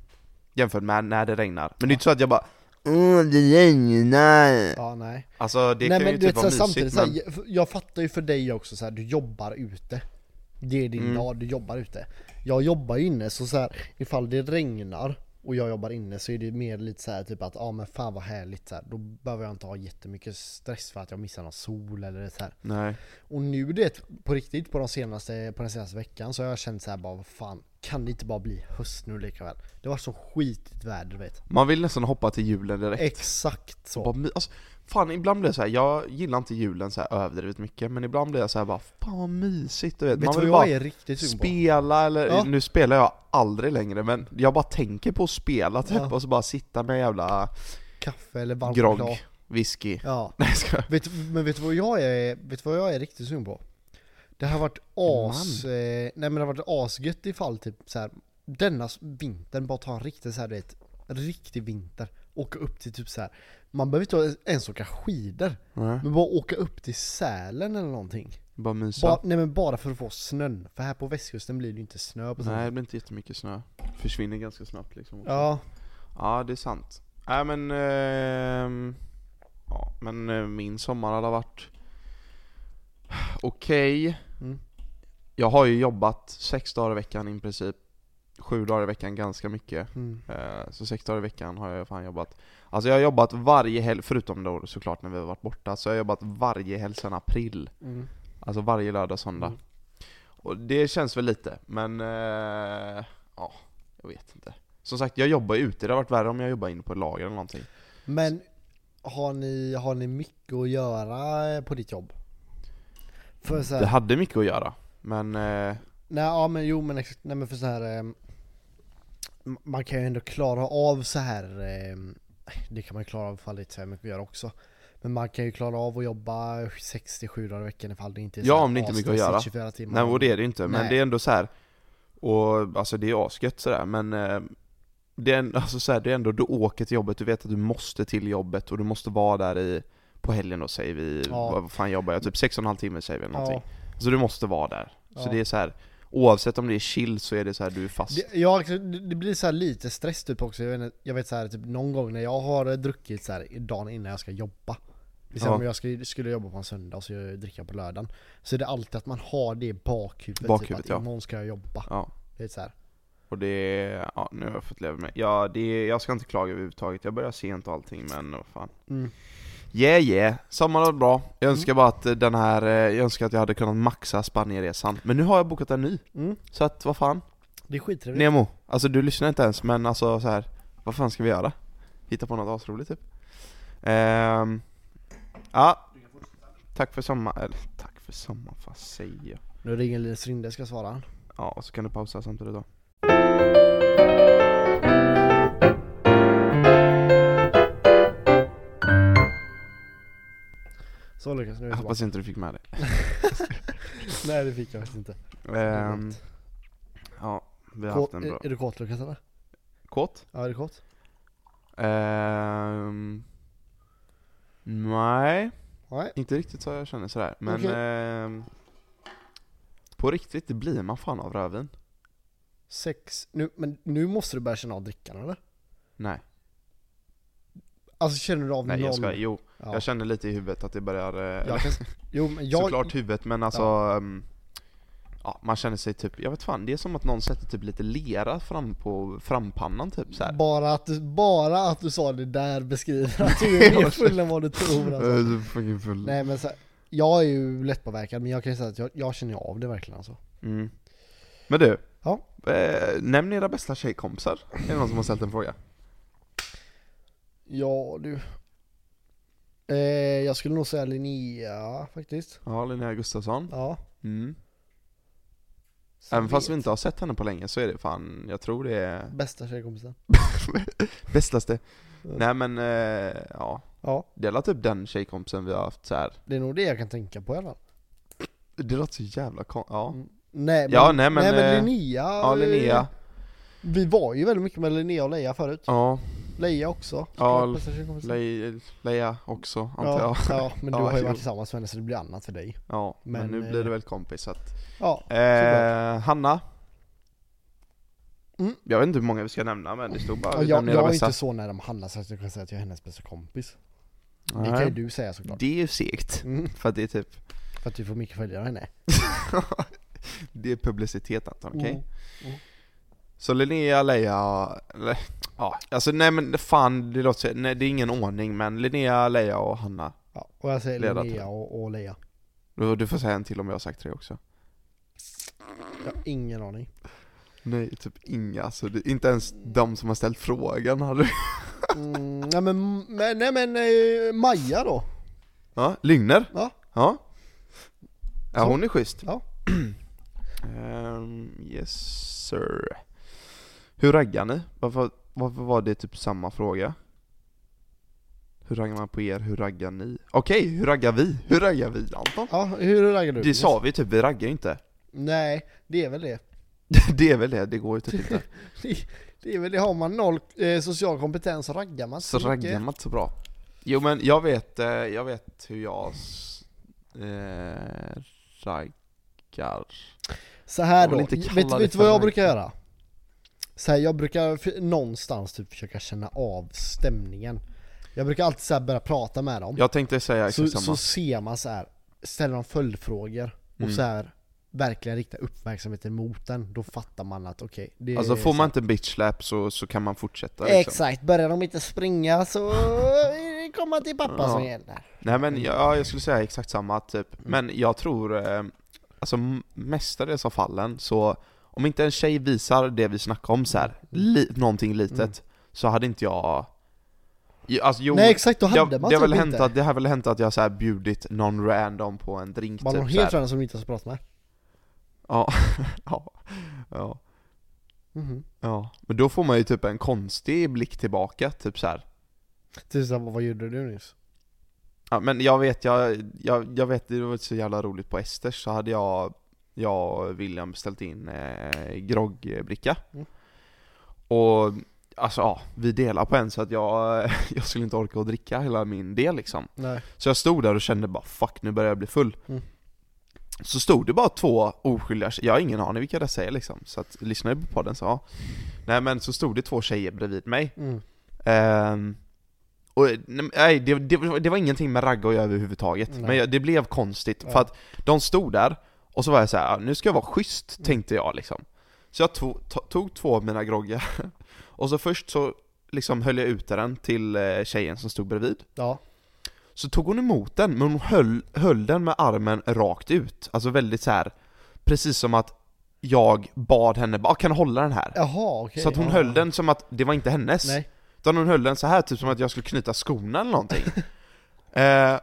Jämfört med när det regnar. Men det är inte så att jag bara Åh det regnar! Ja, nej. Alltså det nej kan ju du typ vet, vara så här, mysigt samtidigt, så men... här, jag- jag fattar ju för dig också så här, du jobbar ute. Det är din Mm. dag, du jobbar ute. Jag jobbar ju inne, så, så här, ifall det regnar och jag jobbar inne så är det mer lite så här typ att ja ah, men fan vad härligt så här. Då behöver jag inte ha jättemycket stress för att jag missar någon sol eller så här. Nej. Och nu du vet, på riktigt på, de senaste, på den senaste veckan så har jag känt så här bara vad fan, kan det inte bara bli höst nu likaväl? Det var så skitigt väder du vet. Man vill nästan hoppa till julen direkt. Exakt så. Bara my- Alltså, fan ibland blir det så här, jag gillar inte julen så här överdrivet mycket men ibland blir jag så här bara fan vad mysigt du vet. Vet Man du vill vad bara jag är riktigt sugen på? spela eller, Ja. nu spelar jag aldrig längre men jag bara tänker på att spela typ Ja. och så bara sitta med jävla Kaffe eller varm choklad. grogg, whisky. Ja. Nej jag skojar. Vet, men vet du vad jag är, vet du vad jag är riktigt sugen på? Det har varit as, eh, nej men det har varit asgött ifall typ så här denna vintern bara ta en riktig så här, du vet, riktig vinter. Åka upp till typ så här. man behöver inte ens åka skidor. Nej, Men bara åka upp till Sälen eller någonting. bara mysa. Bara, nej men bara för att få snön. För här på västkusten blir det ju inte snö på Nej sånt. det blir inte jättemycket snö. Försvinner ganska snabbt liksom. också. Ja, Ja, det är sant. Nej men... ehm, ja, men eh, min sommar har varit... Okej. Mm. Jag har ju jobbat sex dagar i veckan i princip. Sju dagar i veckan ganska mycket. mm. Eh, Så sex dagar i veckan har jag fan jobbat. Alltså jag har jobbat varje helg, förutom då såklart när vi har varit borta, så jag har jobbat varje helg sedan april. Mm. Alltså varje lördag och söndag. Mm. Och det känns väl lite, men... eh, ja, jag vet inte. Som sagt, jag jobbar ju ute. Det har varit värre om jag jobbar inne på ett lager eller någonting. Men har ni, har ni mycket att göra eh, på ditt jobb? För så här, Det hade mycket att göra. Men... eh, nej ja men jo men exakt, nej men för så här eh, Man kan ju ändå klara av så här eh, Det kan man ju klara av ifall det inte är så här mycket att göra också Men man kan ju klara av att jobba 67 dagar i veckan ifall det inte är så Ja, här om det inte är mycket att asstressigt göra. 24 timmar nej, och det är det ju inte. Men Nej. det är ändå så här. Och alltså det är asgött sådär, men... eh, det är, en- alltså så här, det är ändå, du åker till jobbet, du vet att du måste till jobbet och du måste vara där i... På helgen då säger vi, Ja. vad fan jobbar jag? Typ sex och en halv timme säger vi eller Ja. någonting. Så du måste vara där. Så Ja. det är så här. Oavsett om det är chill så är det så här du är fast. Det, ja, alltså, det det blir så här lite stress typ också. Jag vet, inte- jag vet så här, typ någon gång när jag har eh, druckit så här dagen innan jag ska jobba. Vi säger Ja. om jag skulle, skulle jobba på en söndag och så jag dricker jag på lördagen. Så är det alltid att man har det i bakhuvudet. Bakhuvudet, typ, ja. att imorgon ska jag jobba. Ja. Det är så här. Och det, ja nu har Mm. jag fått leva med. Ja, det, jag ska inte klaga överhuvudtaget. Jag börjar sent och allting men vad fan. Yeah yeah, sommaren var bra. Jag Mm. önskar bara att eh, den här, eh, jag önskar att jag hade kunnat maxa Spanienresan. Men nu har jag bokat en ny, Mm. så att vad fan. Det är skittrevligt. Nemo, alltså du lyssnar inte ens men alltså så här. vad fan ska vi göra? Hitta på något asroligt typ. Ehm, ja. Tack för sommar, eller tack för sommar, vad säger jag? Nu ringer Linus Rinde, ska svara han. Ja, och så kan du pausa samtidigt då. Så Lukas, nu Jag är vi tillbaka. hoppas inte du fick med det. Nej det fick jag faktiskt inte. Ehm, ja, vi har haft Kåt, en bra... är, är du kåt Lukas eller? Kåt? Ja är du kåt? Ehm, nej, Nej. inte riktigt så jag känner sådär. Men Okej. ehm, på riktigt, det blir man fan av rödvin. Sex, nu, men nu måste du börja känna av drickan eller? Nej, Alltså känner du av nej noll? jag ska, jo. Ja. Jag känner lite i huvudet att det börjar, eh, Jag eller, kan, jo men jag, såklart huvudet men alltså Ja. ehm, Ja, man känner sig typ, jag vet fan, det är som att någon sätter typ lite lera fram på frampannan typ så här. bara, att du, bara att du sa det där beskriver att du är mer full än vad du tror alltså. Jag Eh, är så fucking full. Nej men så, här, jag är ju lättpåverkad men jag kan ju säga att jag, jag känner ju av det verkligen alltså. Mm. Men du, Ja. eh, nämn era bästa tjejkompisar. Är det någon som har ställt en fråga? Ja du. Eh, jag skulle nog säga Linnea faktiskt. Ja, Linnea Gustafsson. Ja. Mm. Sen Även fast vi vet- inte har sett henne på länge så är det fan, jag tror det är Bästa tjejkompisen. bästaste. Nej men, eh, ja. Ja, Det är väl typ den tjejkompisen vi har haft så här. det är nog det jag kan tänka på i alla fall. Det låter så jävla kon... Ja. Mm. Nej, men, Ja, nej, men, eh, Linnea. Ja, Linnea. eh, Vi var ju väldigt mycket med Linnea och Leia förut. Ja, Leia också. Ja, Ska jag passa tjejkompisen? Le- Leia också antar jag. Alltså. ja, ja, men du Ja, har ju jo. varit tillsammans med henne så det blir annat för dig. Ja, men, Men, nu blir det eh, väl kompis så att. Ja, Eh, Hanna. Mm. Jag vet inte hur många vi ska nämna men det stod bara ja, jag, nämn era jag är bästa. inte så nära med Hanna så att jag kan säga att jag är hennes bästa kompis. Det kan ju Nej. du säga såklart. Det är ju segt. Mm, För att det är typ för att du får mycket följare än henne. Det är publicitet Anton, okej? Mm. Mm. Så Linnea, Leia, Le- ja alltså nej men fan det låter, nej det är ingen ordning men Linnea, Leia och Hanna. Ja, och jag säger Leda till. Linnea och, och Leia. Du, du får säga en till om jag har sagt tre också. Jag har ingen aning. Nej, typ inga alltså, det, inte ens de som har ställt frågan hade Mm, nej men, men, nej, men eh, Maja då. Ja, Lygner? Ja. Ja. Ja Så. hon är schysst. Ja. Ehm, yes sir. Hur raggar ni? Varför, varför var det typ samma fråga? Hur raggar man på er? Hur raggar ni? Okej, hur raggar vi? Hur raggar vi Anton? Ja, hur raggar du? Det sa vi typ, vi raggar ju inte. Nej, det är väl det. Det är väl det, det går ju typ inte. Det är väl det, har man noll eh, social kompetens så raggar man Så raggar man inte så bra. Jo men jag vet, eh, jag vet hur jag s- eh, raggar. Så här Jag då, vill inte vet kalla vet det du för vad jag ragg. brukar göra? Så här, jag brukar f- någonstans typ försöka känna av stämningen Jag brukar alltid så här börja prata med dem Jag tänkte säga så, exakt samma. så ser man så här ställer de följdfrågor och Mm. så här verkligen rikta uppmärksamheten mot den Då fattar man att okej det Alltså är får man så här- inte bitch slap så, så kan man fortsätta liksom. Exakt, börjar de inte springa så kommer till pappa Ja. som gäller Nej men ja, jag skulle säga exakt samma typ. Mm. Men jag tror, eh, alltså m- mestadels av fallen så, om inte en tjej visar det vi snackar om så här, Mm. li, någonting litet, så hade inte jag... Jo, Alltså, jo, Nej exakt, då hade det, man det, har väl typ hänt inte att, det har väl hänt att jag så här bjudit någon random på en drink Bara någon typ så helt här. annan som du inte har pratat med Ja, ja, ja, Mhm. ja. Men då får man ju typ en konstig blick tillbaka, typ så här. Typ såhär, vad gjorde du nyss? Ja men jag vet, jag, jag, jag vet, det var så jävla roligt på Esters, så hade jag, jag och William beställt in eh, groggbricka. Mm. Och alltså ja, vi delar på en så att jag, jag skulle inte orka att dricka hela min del liksom. Nej. Så jag stod där och kände bara 'fuck, nu börjar jag bli full' Mm. Så stod det bara två oskyldiga tjejer, jag har ingen aning vilka det är liksom, så att lyssnar ju på podden så ja. Nej men så stod det två tjejer bredvid mig Mm. Ehm, och, nej, det, det, var- det var ingenting med ragga att göra överhuvudtaget, Nej. men jag, det blev konstigt Ja. för att de stod där, och så var jag så här, "Ah, nu ska jag vara Mm. schysst, tänkte jag liksom. Så jag to, to, tog två av mina groggar, och så först så liksom höll jag ut den till eh, tjejen som stod bredvid, Ja. Så tog hon emot den, men hon höll, höll den med armen rakt ut. Alltså väldigt så här. precis som att jag bad henne, bara, "Ah, kan du hålla den här? Jaha okej. så att hon ja. höll den som att det var inte hennes. Nej. Utan hon höll den så här typ som att jag skulle knyta skorna eller någonting. eh,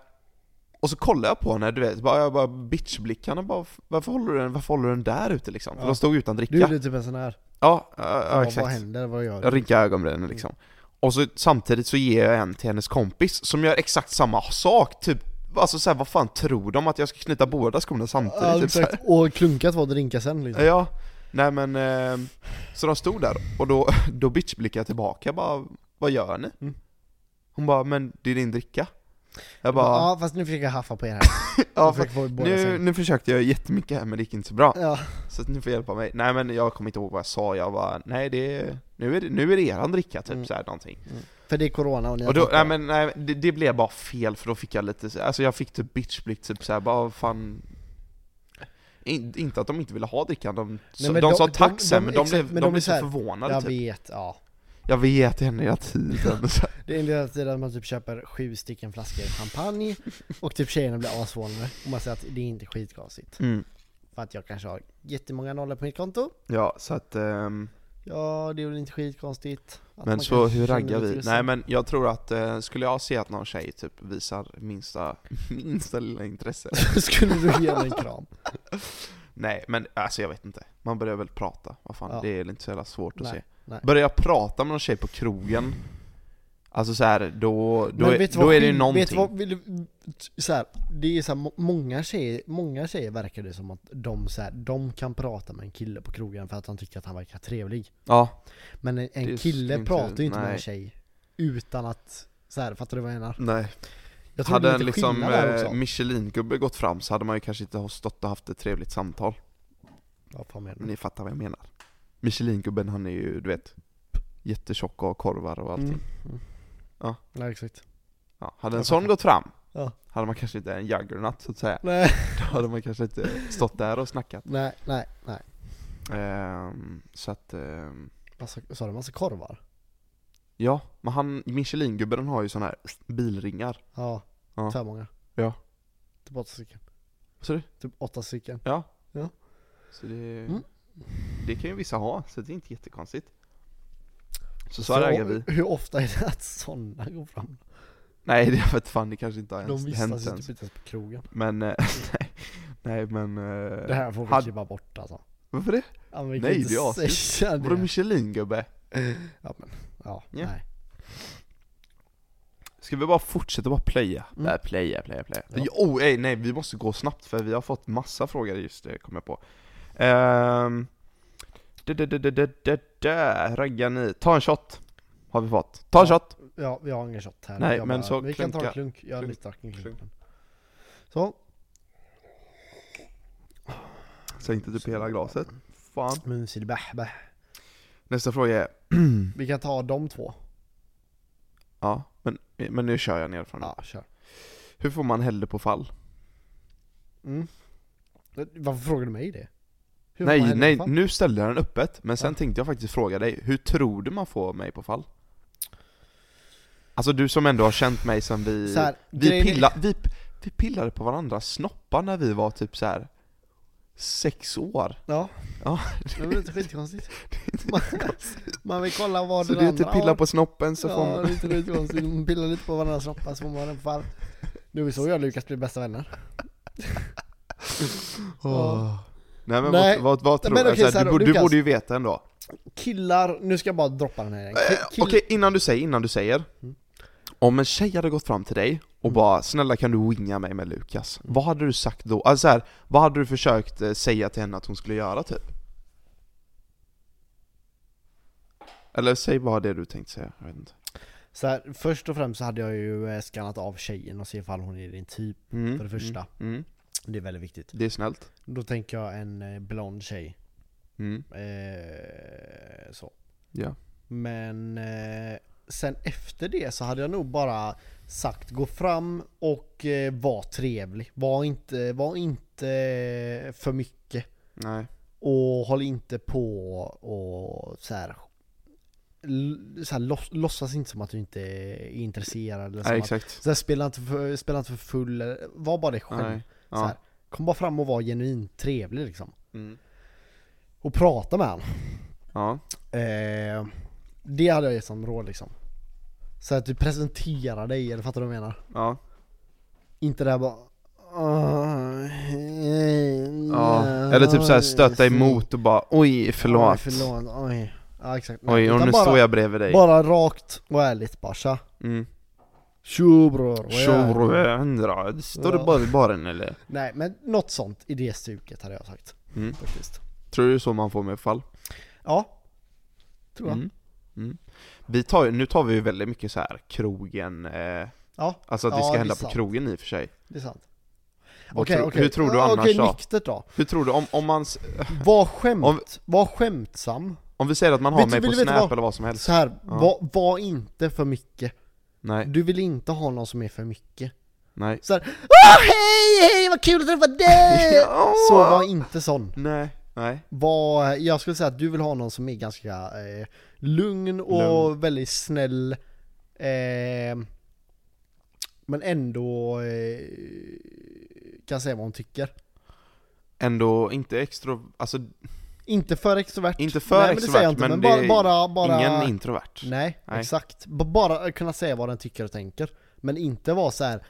och så kollade jag på henne, du vet, bara, jag bara bitchblickarna bara, varför håller du den, varför håller du den där ute liksom? För Ja. de stod utan Du dricka. gjorde typ en sån här, Ja, ja, ja vad- exakt. vad händer, vad gör Jag rynkar Mm. ögonbrynen liksom. Och så samtidigt så ger jag en till hennes kompis som gör exakt samma sak, typ Alltså såhär, vad fan tror de att jag ska knyta båda skorna samtidigt? Ja, typ så här. exakt. Och klunkat var drinka sen liksom. Ja, nej men eh, Så de stod där och då, då bitchblickade jag tillbaka bara Vad gör ni? Mm. Hon bara 'Men det är din dricka' Jag bara Ja fast nu försöker jag haffa på er här. ja, Jag för, försöker få er båda nu, sen. nu försökte jag jättemycket här men det gick inte så bra Ja. Så att ni får hjälpa mig Nej men jag kommer inte ihåg vad jag sa, jag bara 'Nej det är, nu är det, nu är det eran dricka' typ Mm. så här någonting För det är corona och ni har Och då, fått- nej men nej, det, det blev bara fel för då fick jag lite, så- alltså jag fick typ bitchblick typ såhär bara fan In, inte att de inte ville ha drickan, de, så, de, men de- sa de- tack sen de- men de exakt, blev, men de de blev blir så så här, förvånade Jag typ vet, ja. Jag vet, det händer hela tiden Så- Det är en del tiden att man typ köper sju stycken flaskor champagne och typ tjejerna blir asvånade. Och man säger att det är inte skitkonstigt. mm. För att jag kanske har jättemånga nollor på mitt konto. Ja, så att, ehm, Ja, det är väl inte skitkonstigt. att men man så kanske hur känner raggar lite vi? russin. Nej men jag tror att, eh, skulle jag se att någon tjej typ visar minsta, minsta lilla intresse Skulle du ge henne en kram? Nej men alltså jag vet inte, man börjar väl prata, vad fan, Ja. det är väl inte så jävla svårt Nej, att se nej. Börjar jag prata med någon tjej på krogen Alltså så här, då, då, Men är, vet du då vad är det ju skill- någonting Vet du vad, vill du, så här, det är så här, må- många tjejer, många tjejer verkar det som att de, så här, de kan prata med en kille på krogen för att de tycker att han verkar trevlig. Ja, Men en, Det är en kille inte- pratar ju inte med nej. en tej utan att, så här, fattar du vad jag menar? nej Jag tror det Hade är en lite liksom skillnad där eh, också. Michelin-gubbe gått fram så hade man ju kanske inte stått och haft ett trevligt samtal Vad fan menar du? Ni fattar vad jag menar Michelin-gubben han är ju, du vet Jättetjock och har korvar och allting Mm. Mm. Ja. ja, exakt. ja, Hade en Jag sån fattar. gått fram Ja. Hade man kanske inte en juggernaut så att säga Nej, Då hade man kanske inte stått där och snackat nej, nej. nej. Ehm, Så att ehm, Massa, sa du massa korvar? Ja, men han, Michelin-gubben har ju såna här bilringar Ja, Ja. så här många. Ja. Typ åtta stycken. Så det, Typ åtta stycken. så det, Mm. det kan ju vissa ha, så det är inte jättekonstigt Så så här äger vi Hur ofta är det att sådana går fram? Nej det vet fan, det kanske inte har De ens hänt vistas ju ens typ inte ens på krogen. Men, eh, nej, nej men eh, Det här får vi hade- klippa bort alltså. Varför det? Ja, men vi kan Nej, inte det är asligt. säga Var det det. Michelin-gubbe? Ja, men, ja, Ja. nej. Ska vi bara fortsätta bara playa? Mm. Nej, playa, playa, playa. Ja. Oh, ey, nej, vi måste gå snabbt för vi har fått massa frågor just det, kom jag på. Ehm, da, da, da, da, da, da, da. Raggar ni? Ta en shot! Har vi fått. Ta en Ja. shot! Ja, vi har ingen shot här. Nej, Jag men så Vi kan ta klunka. en klunk. Jag har Klunk. nyss drack en klunk. Klunk. Så. Säg inte typ hela glaset. Fan. Musil bäh, bäh. Nästa fråga är, Mm. Vi kan ta de två. ja, men, men nu kör jag ner från Ja, kör. Hur får man hälle på fall? Mm. Varför frågar du mig det? Hur får nej, man hellre nej, fan? nu ställde jag den öppet, men sen Ja. tänkte jag faktiskt fråga dig, hur tror du man får mig på fall? Alltså du som ändå har känt mig sen vi... Så här, vi, grejen är- pilla, vi, vi pillade på varandras snoppar när vi var typ så här sex år. Ja. Ja. Det är väl inte skitkonstigt? Man, man vill kolla vad Så den det är andra typ pilla har. på snoppen så ja, får man... det är inte skitkonstigt. Man pillar lite på varandras snoppar så får man en fall. Det var ju så jag och Lukas blev bästa vänner. Åh. Nej men Nej. Vad, vad, vad tror Men du? okej, Så här, så här du, då, borde- du Lukas. borde ju veta ändå. Killar, nu ska jag bara droppa den här igen. Ki- Eh, Okej, innan du säger, innan du säger. Mm. Om en tjej hade gått fram till dig och bara 'Snälla kan du winga mig med Lukas?' Vad hade du sagt då? Alltså så här, vad hade du försökt eh, säga till henne att hon skulle göra typ? Eller säg bara det du tänkte säga, jag vet inte. Så här, först och främst så hade jag ju eh, skannat av tjejen och se ifall hon är din typ Mm, för det första. Mm, mm, Det är väldigt viktigt. det är snällt. Då tänker jag en eh, blond tjej. Mm, Eh, så. ja. Men eh, sen efter det så hade jag nog bara sagt gå fram och eh, var trevlig. Var inte, var inte eh, för mycket. Nej. Och håll inte på och så här l- så här, låts, låtsas inte som att du inte är intresserad eller Nej, som att, exakt. så här, spela, inte för, spela inte för full, eller- var bara dig själv. Nej. Så här. Ja. Kom bara fram och var genuint trevlig liksom. Mm. Och prata med han. Ja. Eh, det hade jag gett som råd liksom. Så att du presenterar dig, eller fattar du vad jag menar? Ja. Inte där bara... ja. Eller typ såhär stöta emot och bara oj förlåt. Oj, förlåt. Oj. Ja, exakt. Nej, Oj, och utan nu bara, står jag bredvid dig. Bara rakt och ärligt bara tja. Mm. Tjo bror, vad gör du? Tjorvändra, står du Ja. bara i baren eller? Nej men något sånt i det stuket hade jag sagt. Mm. Faktiskt. Tror du det är så man får med fall? Ja. Tror jag. Mm. Mm. Vi tar, ju- nu tar vi ju väldigt mycket så här krogen, eh, Ja, alltså att det Ja, ska det är hända på sant. krogen i och för sig. det är sant. Vad Okej, tro- okej. Hur tror du Ja, annars Okej, då? nyktert då. Hur tror du om, om man, s- Var, skämt, Om- var skämtsam. om vi säger att man har Vet du- mig på vill du veta Snap vad- eller vad som helst? Så här, Ja. var, var inte för mycket. Nej, Du vill inte ha någon som är för mycket. nej. Så här, Åh, hej, hej, vad kul att träffa dig! Ja. Så var inte sån. Nej, nej. Var, jag skulle säga att du vill ha någon som är ganska eh, lugn och väldigt snäll. Eh, men ändå eh, kan säga vad hon tycker. Ändå inte extro, alltså Inte för extrovert. inte för Nej, men det säger extrovert jag men, inte, men, det är bara, bara, bara... ingen introvert. Nej, Nej. exakt. B- Bara kunna säga vad den tycker och tänker. Men inte vara så här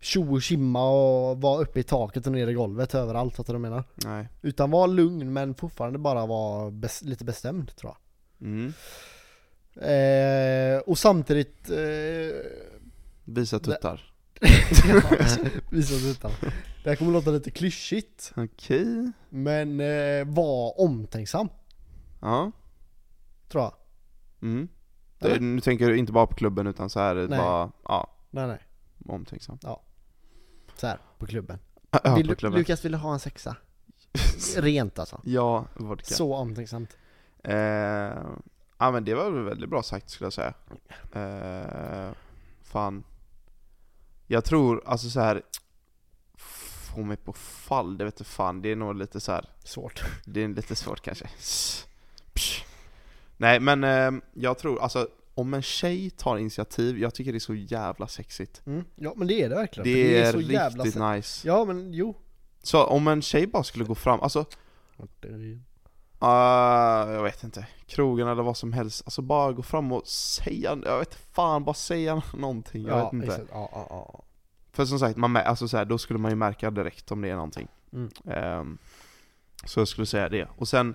tjo och tjimma och vara uppe i taket och nere i golvet överallt, fattar du vad jag menar? Nej. Utan vara lugn men fortfarande bara vara bes- lite bestämd tror jag. Mm. Eh, och samtidigt... Eh, Visa tuttar. visa oss utan. Det här kommer låta lite klyschigt, Okej. men eh, var omtänksam Ja. tror jag. Mm. Eller? Det- Nu tänker du inte bara på klubben utan så här bara, ja, Nej nej, omtänksam. så här på klubben. Ja, Vill på du, klubben. Lukas ville ha en sexa. Rent alltså. Ja, vodka. Så omtänksamt. Eh, ja men det var väl väldigt bra sagt skulle jag säga. Eh, fan. Jag tror, alltså så här. Få mig på fall, det vet du fan. Det är nog lite så här. Svårt. Det är lite svårt kanske. S- psh. Nej men eh, jag tror, alltså om en tjej tar initiativ, jag tycker det är så jävla sexigt. Mm. Ja men det är det verkligen. Det för är, så riktigt jävla se- nice. Ja men jo. Så om en tjej bara skulle gå fram, alltså, ah, jag vet inte, krogen eller vad som helst, alltså bara gå fram och säga, jag vet fan, bara säga någonting, jag ja, vet inte. exakt. Ja, ja, ja. För som sagt, man, mä- alltså så här, då skulle man ju märka direkt om det är någonting. Mm. Ehm, så jag skulle säga det. Och sen,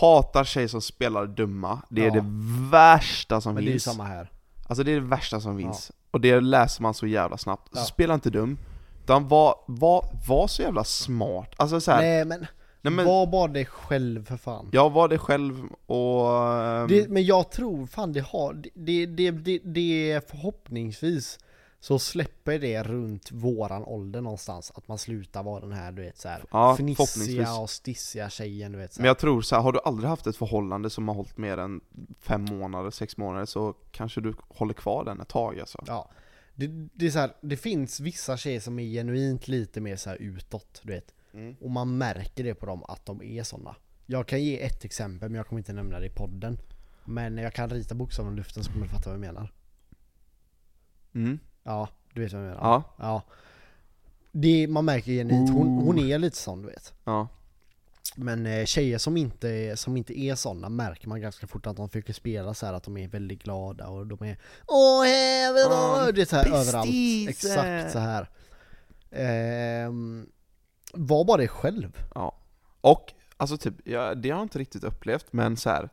hatar tjejer som spelar dumma, det är Ja. det värsta som Men det är ju finns. samma här. Alltså det är det värsta som finns. Och det läser man så jävla snabbt. Ja. Så spela inte dum. Utan var, var, var så jävla smart. Alltså så här, Nej men, nej men, var bara dig själv för fan. jag var det själv och... ehm, Det, men jag tror fan det har, det, det, det, det, det förhoppningsvis så släpper det runt våran ålder någonstans. Att man slutar vara den här du vet såhär Ja, förhoppningsvis. fnissiga och stissiga tjejen du vet så Men här. jag tror så här, har du aldrig haft ett förhållande som har hållit mer än fem månader, sex månader så kanske du håller kvar den ett tag alltså. Ja. Det, det, är så här, det finns vissa tjejer som är genuint lite mer så här utåt, du vet. Och man märker det på dem att de är sådana. Jag kan ge ett exempel men jag kommer inte nämna det i podden. Men jag kan rita bokstavligen i luften så kommer du fatta vad jag menar. Mm. Ja, du vet vad jag menar. Ja. Ja. Det, man märker genuint, hon, hon är lite sån du vet. Ja. Men eh, tjejer som inte, som inte är såna märker man ganska fort att de försöker spela så här att de är väldigt glada och de är Åh, hej, vad bra!" Ja, Det är så här prestige. överallt. Exakt så här. Ehm, var bara dig själv. Ja. Och, alltså typ, jag, det har jag inte riktigt upplevt, men så här.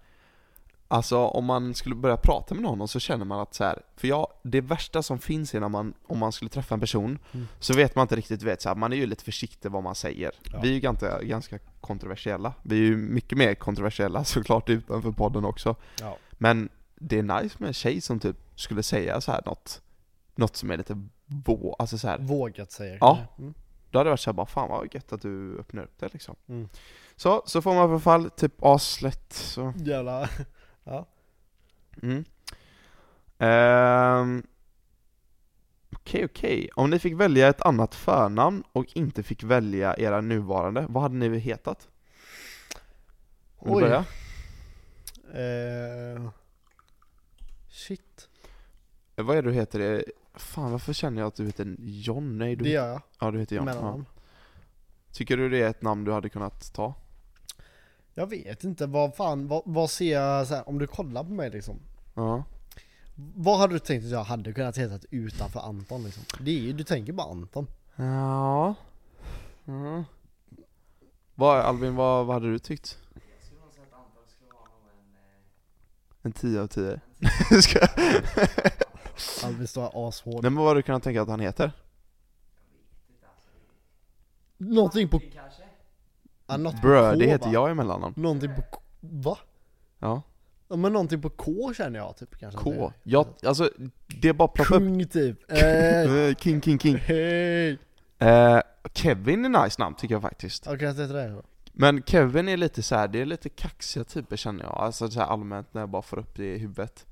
Alltså om man skulle börja prata med någon så känner man att så här, för jag, det värsta som finns är när man, om man skulle träffa en person, Mm. så vet man inte riktigt, vet, så här, man är ju lite försiktig vad man säger. Ja. Vi är ju ganska, ganska kontroversiella. Vi är ju mycket mer kontroversiella såklart utanför podden också. Ja. Men det är nice med en tjej som typ skulle säga så här något, något som är lite vå, alltså så här, Vågat säga Ja. Mm. då hade det varit såhär bara fan vad gött att du öppnar upp det liksom Mm. Så, så får man i alla fall typ aslätt så Jävla... mm. Ehm. Okej okej, om ni fick välja ett annat förnamn och inte fick välja era nuvarande, vad hade ni hetat? Vill du Oj. börja? Eh, Shit. Eh, Vad är det du heter? Eh, Fan varför känner jag att du heter John? Nej, du, Det gör jag. ja, du heter John. Ja. Mellannamn. Tycker du det är ett namn du hade kunnat ta? Jag vet inte, vad fan, vad, vad ser jag så här, om du kollar på mig liksom? Ja. Vad hade du tänkt att jag hade kunnat heta utanför Anton liksom? Det är ju, du tänker bara Anton. Ja. Mm. Vad, Albin, vad, vad hade du tyckt? En 10 av 10? Ska- Albin står ashård. Nej men vad hade du kunnat tänka att han heter? Någonting på... Ja, något på Brö, K, det heter va? jag i mellannamn. Någonting på K, va? Ja. Ja, men någonting på K känner jag typ kanske. K. Jag, alltså, det är bara ploppar upp. Kung typ. Eh, Eh, King, king, king. Hej! Eh, Kevin är nice namn tycker jag faktiskt. Jag kan inte heta det. då. Men Kevin är lite så här, det är lite kaxiga typer känner jag. Alltså så här allmänt när jag bara får upp det i huvudet.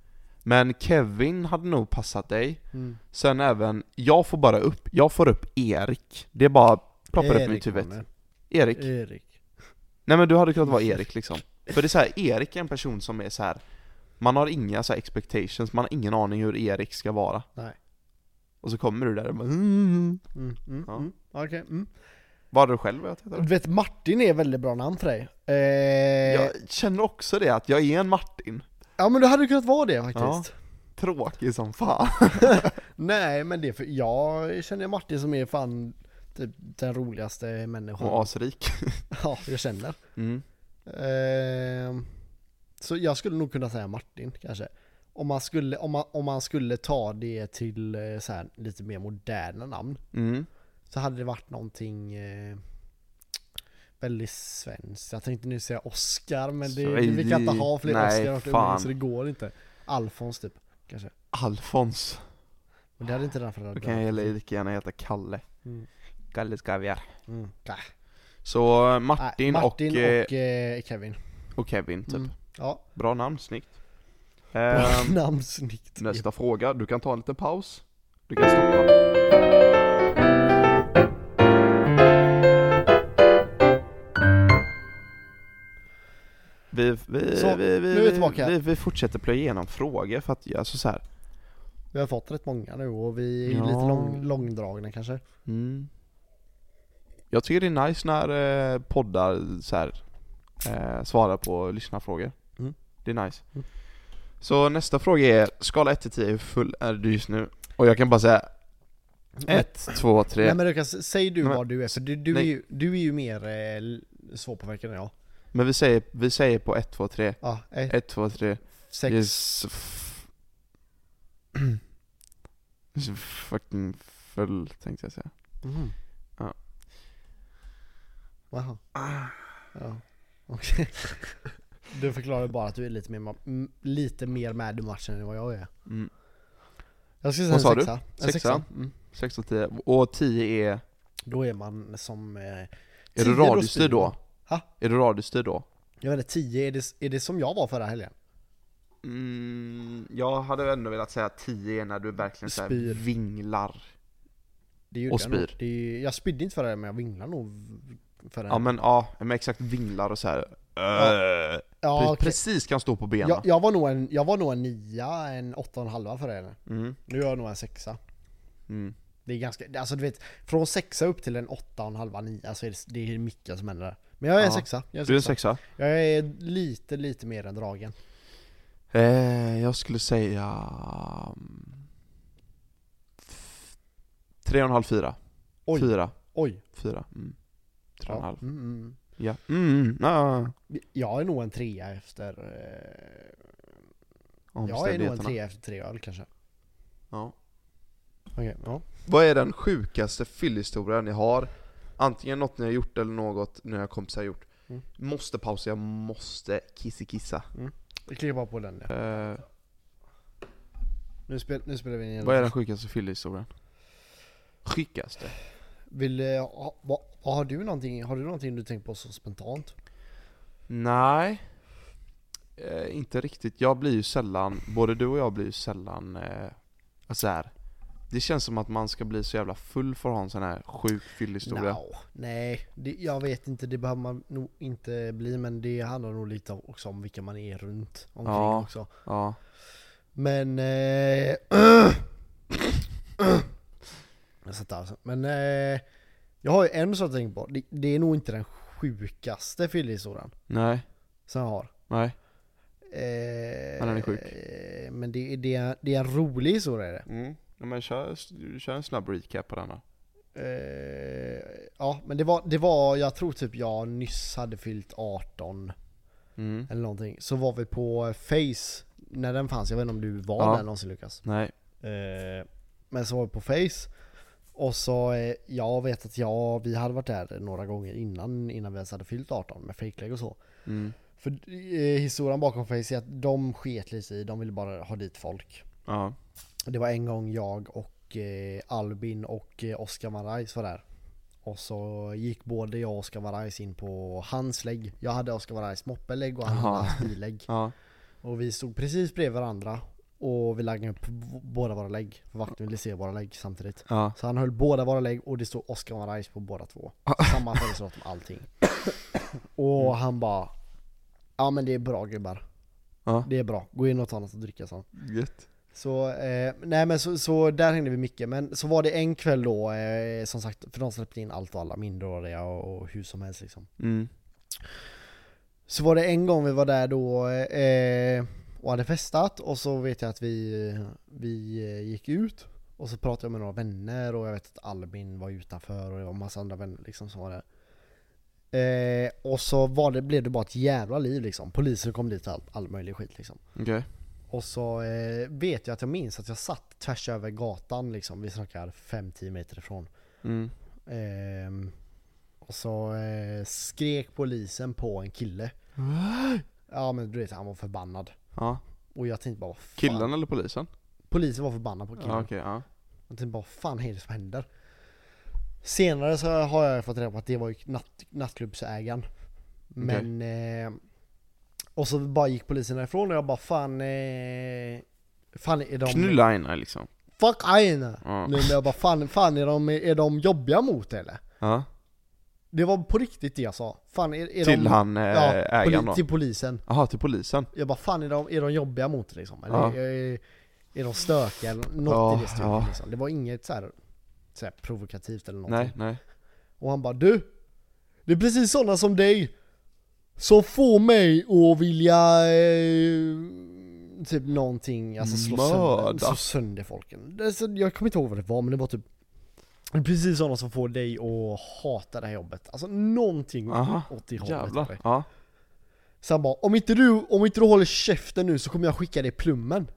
Men Kevin hade nog passat dig. Mm. Sen även, jag får bara upp, jag får upp Erik. Det är bara ploppar upp i mitt huvud. mannen. Erik. Erik. Nej men du hade kunnat vara Erik liksom. För det är så här, Erik är en person som är så här. man har inga så här expectations, man har ingen aning hur Erik ska vara. Nej. Och så kommer du där och bara, mm. Mm, mm, Ja. mm. Okej. Mm. Vad hade du själv velat heta? Du då? vet Martin är ett väldigt bra namn för dig. Eh, ja. Jag känner också det, att jag är en Martin. men du hade kunnat vara det faktiskt. Tråkig som fan. Nej men det är för, jag känner Martin som är fan typ den roligaste människan. Och asrik. Ja, jag känner. Mm. Ehm, så jag skulle nog kunna säga Martin kanske. Om man skulle, om man, om man skulle ta det till eh, så här, lite mer moderna namn. Mm. Så hade det varit någonting eh, väldigt svenskt. Jag tänkte nu säga Oscar men det, Så- vi kan inte ha fler nej, Oscar i vårt fan. umgänge, så det går inte. Alfons typ, kanske. Alfons. Men det hade inte dina föräldrar Då kan jag lika gärna heta Kalle. Mm. Kalle Skaviar. Mm. Nej, Så eh, Martin, Martin och, eh, och eh, Kevin. och Kevin typ. Mm. Ja, Bra namn, snyggt. um, Ehm, namnsnitt. nästa fråga, du kan ta en liten paus. Du kan stoppa. Vi, vi, Så, vi, vi, nu är vi vi, tillbaka. vi, vi fortsätter plöja igenom frågor för att, alltså så här. Vi har fått rätt många nu och vi är ju Ja. lite lång, långdragna kanske. Mm. Jag tycker det är nice när eh, poddar så här, eh, svarar på lyssnarfrågor. Mm. Det är nice. Mm. Så nästa fråga är, skala 1 till 10, hur full är du just nu? Och jag kan bara säga 1, 2, 3. Nej men Lukas, säg du Nej, men- vad du är för du, du, är, nej. ju, du är ju mer eh, l- svårpåverkad än jag. Men vi säger, vi säger på 1, 2, 3. Ja, eh, 1, 2, 3. sex. Yes. f- It's fucking full tänkte jag säga. Mhm. Ja. Ah. Wow. Ja. Okej. Du förklarar bara att du är lite mer, ma- m- lite mer med i matchen än vad jag är. Mm. Jag skulle säga Vad sa en du? sexa. En Sexa? Mm. 6 och 10. Och 10 är, Då är man som... Eh, är 10 du då radiostyrd då? Ha? Är du radiostyrd då? Jag vet inte, 10, är det, är det som jag var förra helgen? Mm, jag hade ändå velat säga 10 när du verkligen så här Spyr. vinglar. Det gjorde Och jag nog. spyr. Det är, jag spydde inte förra helgen men jag vinglade nog förra Ja helgen. men ja, men exakt vinglar och så här. äh, Ja, pre- okej. Precis kan stå på benen. jag, jag, var nog en, jag var nog en nia, en åtta och en halva förra helgen. Mm, Nu är jag nog en sexa. mm. Det är ganska, alltså du vet, från sexa upp till en åtta och en halva, nia så är det, det är mycket som händer där. Men jag är en Ja. sexa. Jag är, Du är en sexa. sexa? jag är lite, lite mer än dragen. Eh, jag skulle säga... mm, Tre och en halv, fyra. Oj. Fyra. Oj! Fyra. Mm. Tre och en halv. Mm, mm. Ja. Mm, mm. ja. Jag är nog en trea efter... Eh, jag är nog en omständigheterna. trea efter tre öl kanske. Ja. Okej, ja. Vad är den sjukaste fyllhistorien ni har? Antingen något ni har gjort eller något ni har kompisar gjort. Mm. Måste pausa, jag måste kissikissa. Vi klickar bara på den där. Eh, Nu, spel, nu spelar vi in igen. vad är den sjukaste fyllhistorien? Sjukaste? Vill, eh, ha, va, har, du någonting, har du någonting du tänkt på så spontant? Nej. Eh, inte riktigt. Jag blir ju sällan, både du och jag blir ju sällan eh, alltså här. Det känns som att man ska bli så jävla full för att ha en sån här sjuk fyllhistoria. Nja, nej, det, jag vet inte. Det behöver man nog inte bli men det handlar nog lite om- också om vilka man är runt omkring Ja. också. Ja. Men... Eh, jag satt där alltså. Men eh, jag har ju en sak jag tänker på. Det, det är nog inte den sjukaste fyllehistorien Nej, som jag har. nej. Eh, Men den är sjuk. eh, Men det, det, är, det är en rolig historia är det. Mm. Ja, men kör, kör en snabb recap på den här. Eh, ja, men det var, det var, jag tror typ jag nyss hade fyllt 18 Mm. eller någonting. Så var vi på Face, när den fanns. Jag vet inte om du var Ja. där någonsin Lukas. Nej. Eh, men så var vi på Face. Och så, eh, jag vet att jag, vi hade varit där några gånger innan, innan vi ens hade fyllt 18 med fejklägg och så. Mm. För eh, historien bakom Face är att de sket lite i, de ville bara ha dit folk. Ja. Det var en gång jag och eh, Albin och eh, Oscar Marais var där. Och så gick både jag och Oscar Marais in på hans lägg. Jag hade Oscar Marais moppelägg och han Ja. hade hans billägg. Ja. Och vi stod precis bredvid varandra och vi lagde upp b- båda våra lägg. För vakten ville se våra lägg samtidigt. Ja. Så han höll båda våra lägg och det stod Oscar Marais på båda två. Samma födelsedatum, allting. Och han bara Ja men det är bra gubbar. Ja. Det är bra. Gå in och ta något att dricka så. Gött. Så, eh, nej men så, så där hängde vi mycket. Men så var det en kväll då, eh, som sagt, för de släppte in allt och alla, minderåriga och, och hur som helst liksom. Mm. Så var det en gång vi var där då eh, och hade festat och så vet jag att vi, vi eh, gick ut och så pratade jag med några vänner och jag vet att Albin var utanför och det var massa andra vänner liksom som var där. Eh, och så var det, blev det bara ett jävla liv liksom. Polisen kom dit och all, all möjlig skit liksom. Okej. Och så eh, vet jag att jag minns att jag satt tvärs över gatan liksom. Vi snackar 5-10 meter ifrån. Mm. Ehm, och så eh, skrek polisen på en kille. Ja men du vet han var förbannad. Ja. Och jag tänkte bara vad fan. Killen eller polisen? Polisen var förbannad på killen. Ja, okej. ja. Jag tänkte bara vad fan är det som händer? Senare så har jag fått reda på att det var ju natt, nattklubbsägaren. Men... Eh, och så bara gick polisen därifrån och jag bara fan... Eh, fan är de... Knulla henne liksom. Fuck aina! Ja. Nu men jag bara fan, fan är, de, är de jobbiga mot det, eller? Ja. Det var på riktigt det jag sa. Fan, är, är Till de, han eh, ja, ägaren poli- då? Till polisen. Jaha, till polisen? Jag bara fan är de, är de jobbiga mot det liksom? Eller Ja. är, är, är de stökiga eller något Ja, i det stycket ja. liksom. Det var inget så här, så här provokativt eller någonting. Nej, nej. Och han bara du, det är precis sådana som dig som får mig att vilja eh, typ någonting, alltså slå sönder, Mörda. slå sönder folken. Alltså, jag kommer inte ihåg vad det var men det var typ det är precis sådana som får dig att hata det här jobbet. Alltså någonting Aha. åt det hållet. Ah. Jävlar. Ja. Så han bara, om inte du, om inte du håller käften nu så kommer jag skicka dig plummen.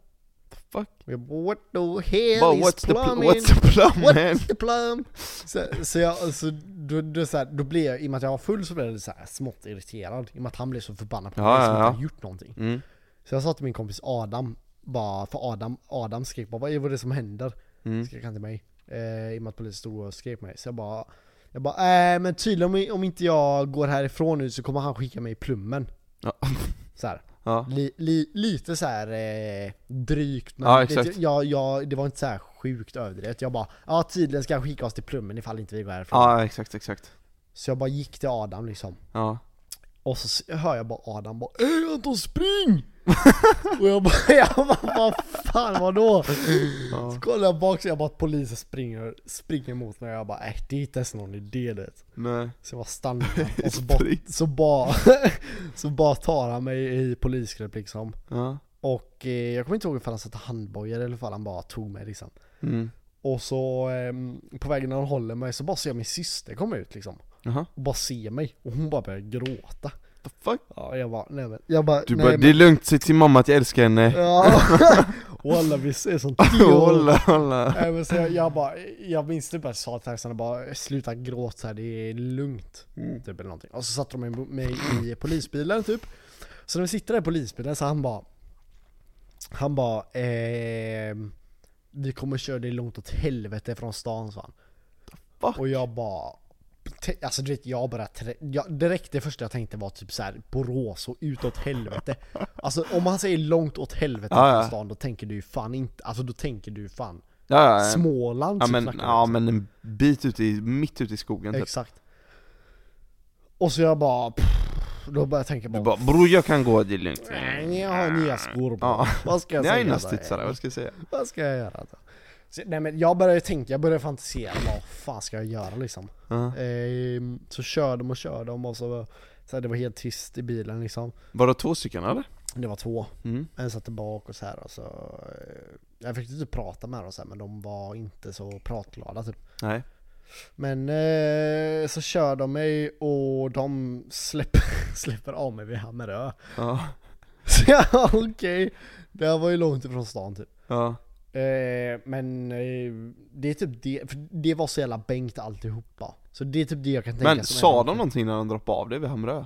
Fuck. Och jag bara, what the hell But is what's the, pl- plumbing? what's the plum man? what's the plum? Så, så jag, så, då, då, så här, då blev jag, i och med att jag var full så blev jag lite så här smått irriterad. I och med att han blev så förbannad på Ja, mig som ja, inte ja. hade gjort någonting. Mm. Så jag sa till min kompis Adam, bara, för Adam, Adam skrek bara, vad är det som händer? Mm. Skrek han till mig. Eh, I och med att polisen stod och skrek på mig. Så jag bara, jag bara, äh, men tydligen om, om inte jag går härifrån nu så kommer han skicka mig i plummen. Ja. Så här. Ja. Li, li, lite så här eh, drygt men Ja, vet exakt. du, jag, jag, det var inte så här sjukt överdrivet. Jag bara ja tydligen ska jag skicka oss till plummen ifall inte vi går härifrån. Ja, exakt, exakt. Så jag bara gick till Adam liksom. Ja. Och så s- hör jag bara Adam bara Ey Anton spring! och jag bara, jag bara vad fan vadå? Så kollar jag bak så jag bara att polisen springer, springer mot mig och jag bara äh det är inte ens någon idé det. Nej. Så jag bara stannar och så bara, så bara, så bara tar han mig i polisgrepp liksom. Ja. Och eh, jag kommer inte ihåg ifall han satte handbojor eller ifall han bara tog mig liksom. Mm. Och så ehm, på vägen när han håller mig så bara ser jag min syster komma ut liksom. Jaha. Och bara ser mig och hon bara börjar gråta. The fuck? Ja, jag bara, nej men. Jag bara, Du nej bara, det men. är lugnt, säg till mamma att jag älskar henne. Ja. Walla vi är som tioåringar. Hålla, hålla. Nej men så jag, jag bara, jag minns typ att jag sa till taxarna bara sluta gråta så här, det är lugnt. Mm. Typ eller någonting. Och så satte de mig- mig i polisbilen typ. Så när vi sitter där i polisbilen så han bara Han bara ehm, Vi kommer köra dig långt åt helvete från stan sa han. fuck? Och jag bara te- Alltså du vet jag bara tre- jag, Direkt det första jag tänkte var typ så här Borås och utåt helvete Alltså om han säger långt åt helvete Ja, ja. från stan då tänker du ju fan inte Alltså då tänker du ju fan Ja, ja, ja. Småland Ja typ men, snackar vi ja liksom. men en bit ute i, mitt ute i skogen typ. Exakt. Och så jag bara, pff, Då börjar jag tänka Du bara, bara 'Bror jag kan gå, det är lugnt' Nej, jag har nya skor på Ja. Vad ska jag Ni har ju säga? nastidsare, vad ska jag säga? Vad ska jag göra då? Så, nej men jag började tänka, jag började fantisera, vad fan ska jag göra liksom? Ja. Ehm, så kör de och kör de och så, så här, det var helt tyst i bilen liksom. Var det två stycken eller? Det var två, Mm. en satt bak och så här och så eh, Jag fick inte prata med dem så här, men de var inte så pratglada typ. Nej. Men eh, så kör de mig och de släpper, släpper av mig vid Hammarö. Ja. Så jag, okej, det här var ju långt ifrån stan typ. Ja. Eh, men eh, det är typ det, för det var så jävla bänkt alltihopa. Så det är typ det jag kan tänka Men som typ. är- sa de någonting när de droppade av dig vid Hamrö?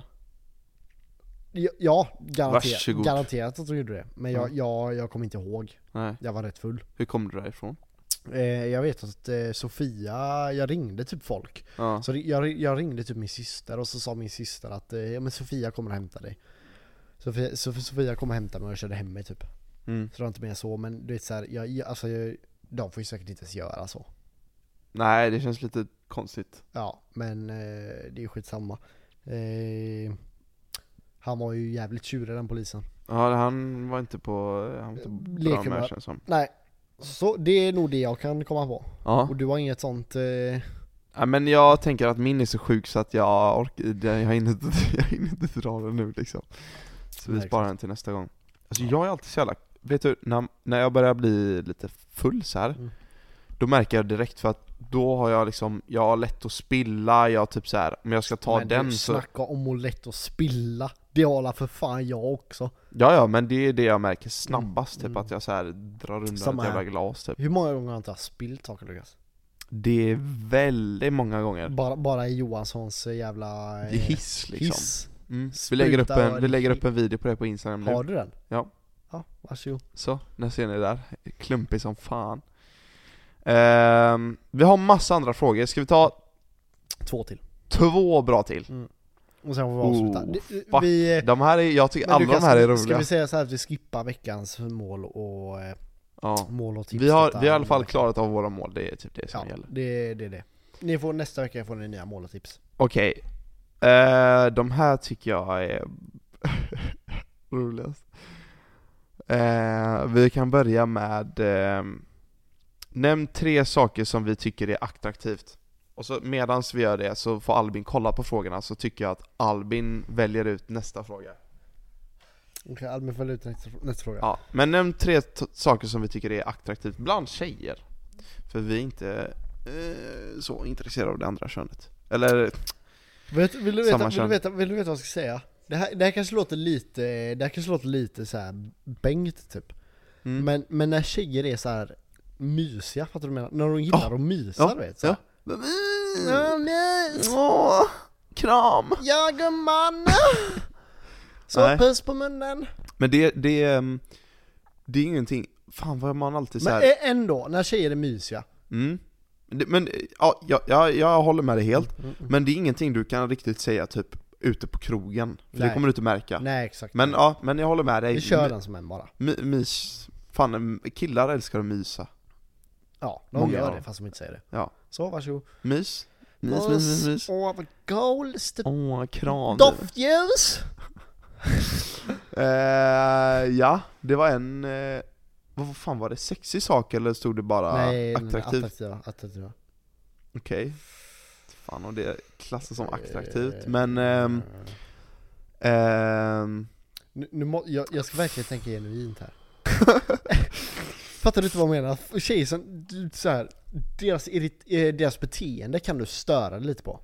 Ja, Ja, garanterat, Varsågod. garanterat att de gjorde det. Men jag, Mm. jag, jag kommer inte ihåg. Nej. Jag var rätt full. Hur kom du därifrån? Eh, jag vet att eh, Sofia, jag ringde typ folk. Ja. Så ri- jag, ri- jag ringde typ min syster och så sa min syster att eh, ja, men Sofia kommer och hämta dig. Sofia, Sof- Sofia kommer och hämta mig och körde hem mig typ. Mm. Så det var inte mer så, men du vet såhär, jag, jag, alltså, jag, de får ju säkert inte ens göra så. Nej, det känns lite konstigt. Ja, men eh, det är ju skitsamma. Eh, han var ju jävligt tjurig den polisen. Ja, han var inte på... Han var inte bra med Lekkamrat. känns som. Nej, så det är nog det jag kan komma på. Ja. Och du har inget sånt... Eh, Ja, men jag tänker att min är så sjuk så att jag orkar, jag hinner inte, jag hinner inte dra den nu liksom. Så vi Nej, sparar exakt. den till nästa gång. Alltså jag är alltid så jävla, vet du, när, när jag börjar bli lite full så här, Mm. då märker jag direkt för att då har jag liksom, jag har lätt att spilla, jag typ så här, om jag ska ta men den du, så... Snacka om att lätt att spilla. Det håller för fan jag också. Ja ja, men det är det jag märker snabbast Mm, typ, mm. att jag så här drar undan Samma ett jävla här. glas typ. Hur många gånger har inte jag spillt saker Lukas? Det är väldigt många gånger. Bara, bara i Johanssons eh, jävla... Det eh, är hiss liksom. hiss. Mm. Vi, lägger upp Spruta en, vi lägger öl. upp en video på det på Instagram nu. Har du den? Ja. Ja, varsågod. Så, när ser ni där. Klumpig som fan. Ehm, vi har massa andra frågor, ska vi ta Två till. två bra till? Och sen får vi Oh, avsluta. Det- fuck. vi, De här är, jag tycker men alla Lukas, de här är Ska roliga. vi Vi, säga så här att vi skippar veckans mål och... Eh, ja. mål och tips vi, har, vi detta- har i alla fall klarat av våra mål, det är typ det som Typ Ja, gäller. det, det är det. Ni får, nästa vecka får ni nya mål och tips. Okej. Eh, de här tycker jag är roligast. Eh, vi kan börja med ehm, Nämn tre saker som vi tycker är attraktivt. Och så medans vi gör det så får Albin kolla på frågorna så tycker jag att Albin väljer ut nästa fråga. Okej, Albin följ ut nästa, nästa fråga. Ja, men nämn tre t- saker som vi tycker är attraktivt bland tjejer. För vi är inte eh, så intresserade av det andra könet. Eller, Vet, vill, du Samma veta, vill, du kön. veta, vill du veta vad jag ska säga? Det här, det här kanske låter lite, det här kanske låter lite så här bängt typ. mm. Men, men när tjejer är så här mysiga, fattar du vad jag menar? När de gillar att mysa Ja, du vet. Så här. Mm. Åh, kram! Ja gumman! Så Nej. puss på munnen! Men det, det, ehm, det är ingenting, fan vad man alltid Men såhär, ä- ändå, när tjejer är mysiga. mm. Det- Men eh, ja, jag, jag, jag håller med dig helt, Mm, mm. men det är ingenting du kan riktigt säga typ ute på krogen, för det Nej. kommer du inte märka. Nej exakt. Men ja, men jag håller med dig. Vi kör den som en bara. My, mys, fan killar älskar att mysa. Ja, de Många av gör det dem. fast de inte säger det. Ja. Så varsågod. Mys, mys, mys, mys, Puss mys. och goals, Åh, kram. doftljus! Eh, ja, det var en... Eh, vad fan var det? Sexig sak eller stod det bara Nej, nej, attraktiv? attraktiva, attraktiva. Okej. Fan om det klassas som Eh. attraktivt, men... ehm, ehm, Nu, nu må, jag, jag ska verkligen tänka genuint här. Fattar du inte vad jag menar? Tjejer som, du- så här, deras, irrit- eh, deras beteende kan du störa dig lite på.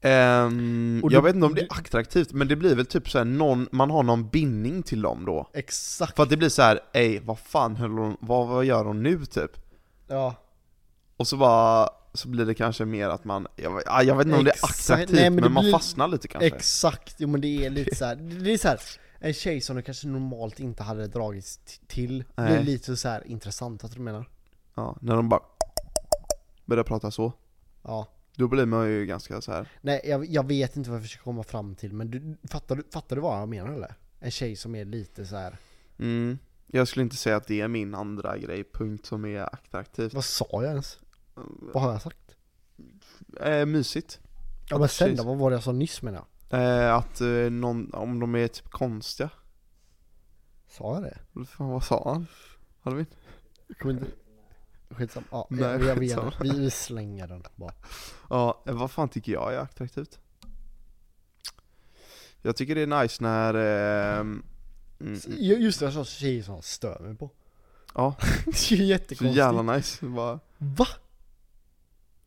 ehm, Och jag du- vet inte om det du- är attraktivt, men det blir väl typ såhär, någon, man har någon bindning till dem då. Exakt. För att det blir så här: ej vad fan höll hon, vad, vad gör hon nu typ? Ja. Och så bara, så blir det kanske mer att man, jag, vet- ah, jag vet inte om det är Exakt. attraktivt Nej, men men, det man blir- fastnar lite kanske Exakt, jo men det är lite så här. det är så här. En tjej som du kanske normalt inte hade dragits t- till, det är Nej. lite så här intressant, att du menar? Ja, när de bara börjar prata så Ja. Då blir man ju ganska så här. Nej, jag, jag vet inte vad jag försöker komma fram till, men du, fattar, du, fattar du vad jag menar eller? En tjej som är lite så här. Mm. Jag skulle inte säga att det är min andra grej, punkt som är attraktivt vad sa jag ens? Mm. Vad har jag sagt? eh, Mysigt Ja men precis. sen då, vad var det jag sa nyss menar jag? Eh, att eh, någon, om de är typ konstiga. Sa jag det? Vad Fan, vad sa han? Alvin? Jag kommer inte... Skitsamma. Ja, Nej, jag, jag vet skitsamma. inte. Vi, vi slänger den bara. Ja, eh, vad fan tycker jag är attraktivt? Jag tycker det är nice när... Eh, mm, Ju- mm, Just det, jag sa tjejer som stör mig på. ja, Det är ju så jättekonstigt. jävla nice. Bara, Va?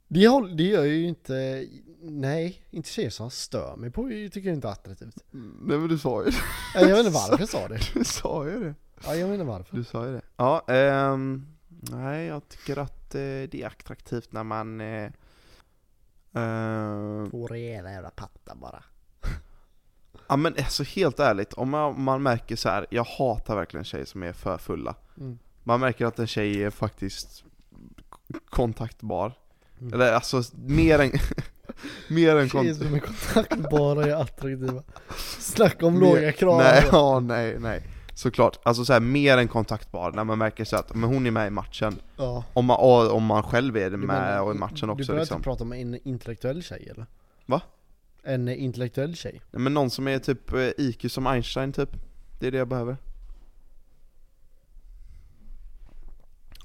Det, håll- det gör ju inte... Nej, inte tjejer som stör mig på jag tycker jag inte är attraktivt. nej men du sa ju det. Jag vet inte varför jag sa det. Du sa ju det. Ja, jag vet inte varför. Du sa ju det. Ja, ehm, nej jag tycker att eh, det är attraktivt när man... Eh, eh, På rejäla jävla patta bara. ja men alltså helt ärligt, om man, om man märker så här, jag hatar verkligen tjejer som är för fulla. Mm. Man märker att en tjej är faktiskt k- kontaktbar. Mm. Eller alltså mer än... mer än Tjejer kont- som är kontaktbara är attraktiva. Snacka om Mer- låga krav. Nej, alltså. ja, nej, nej. Såklart. Alltså så här, mer än kontaktbar, när man märker så att men hon är med i matchen. Ja. Om man, och- om man själv är det Du med menar- och i matchen Du också behöver liksom. inte prata om en intellektuell tjej eller? Va? En intellektuell tjej? Nej, men någon som är typ eh, IQ som Einstein typ. Det är det jag behöver.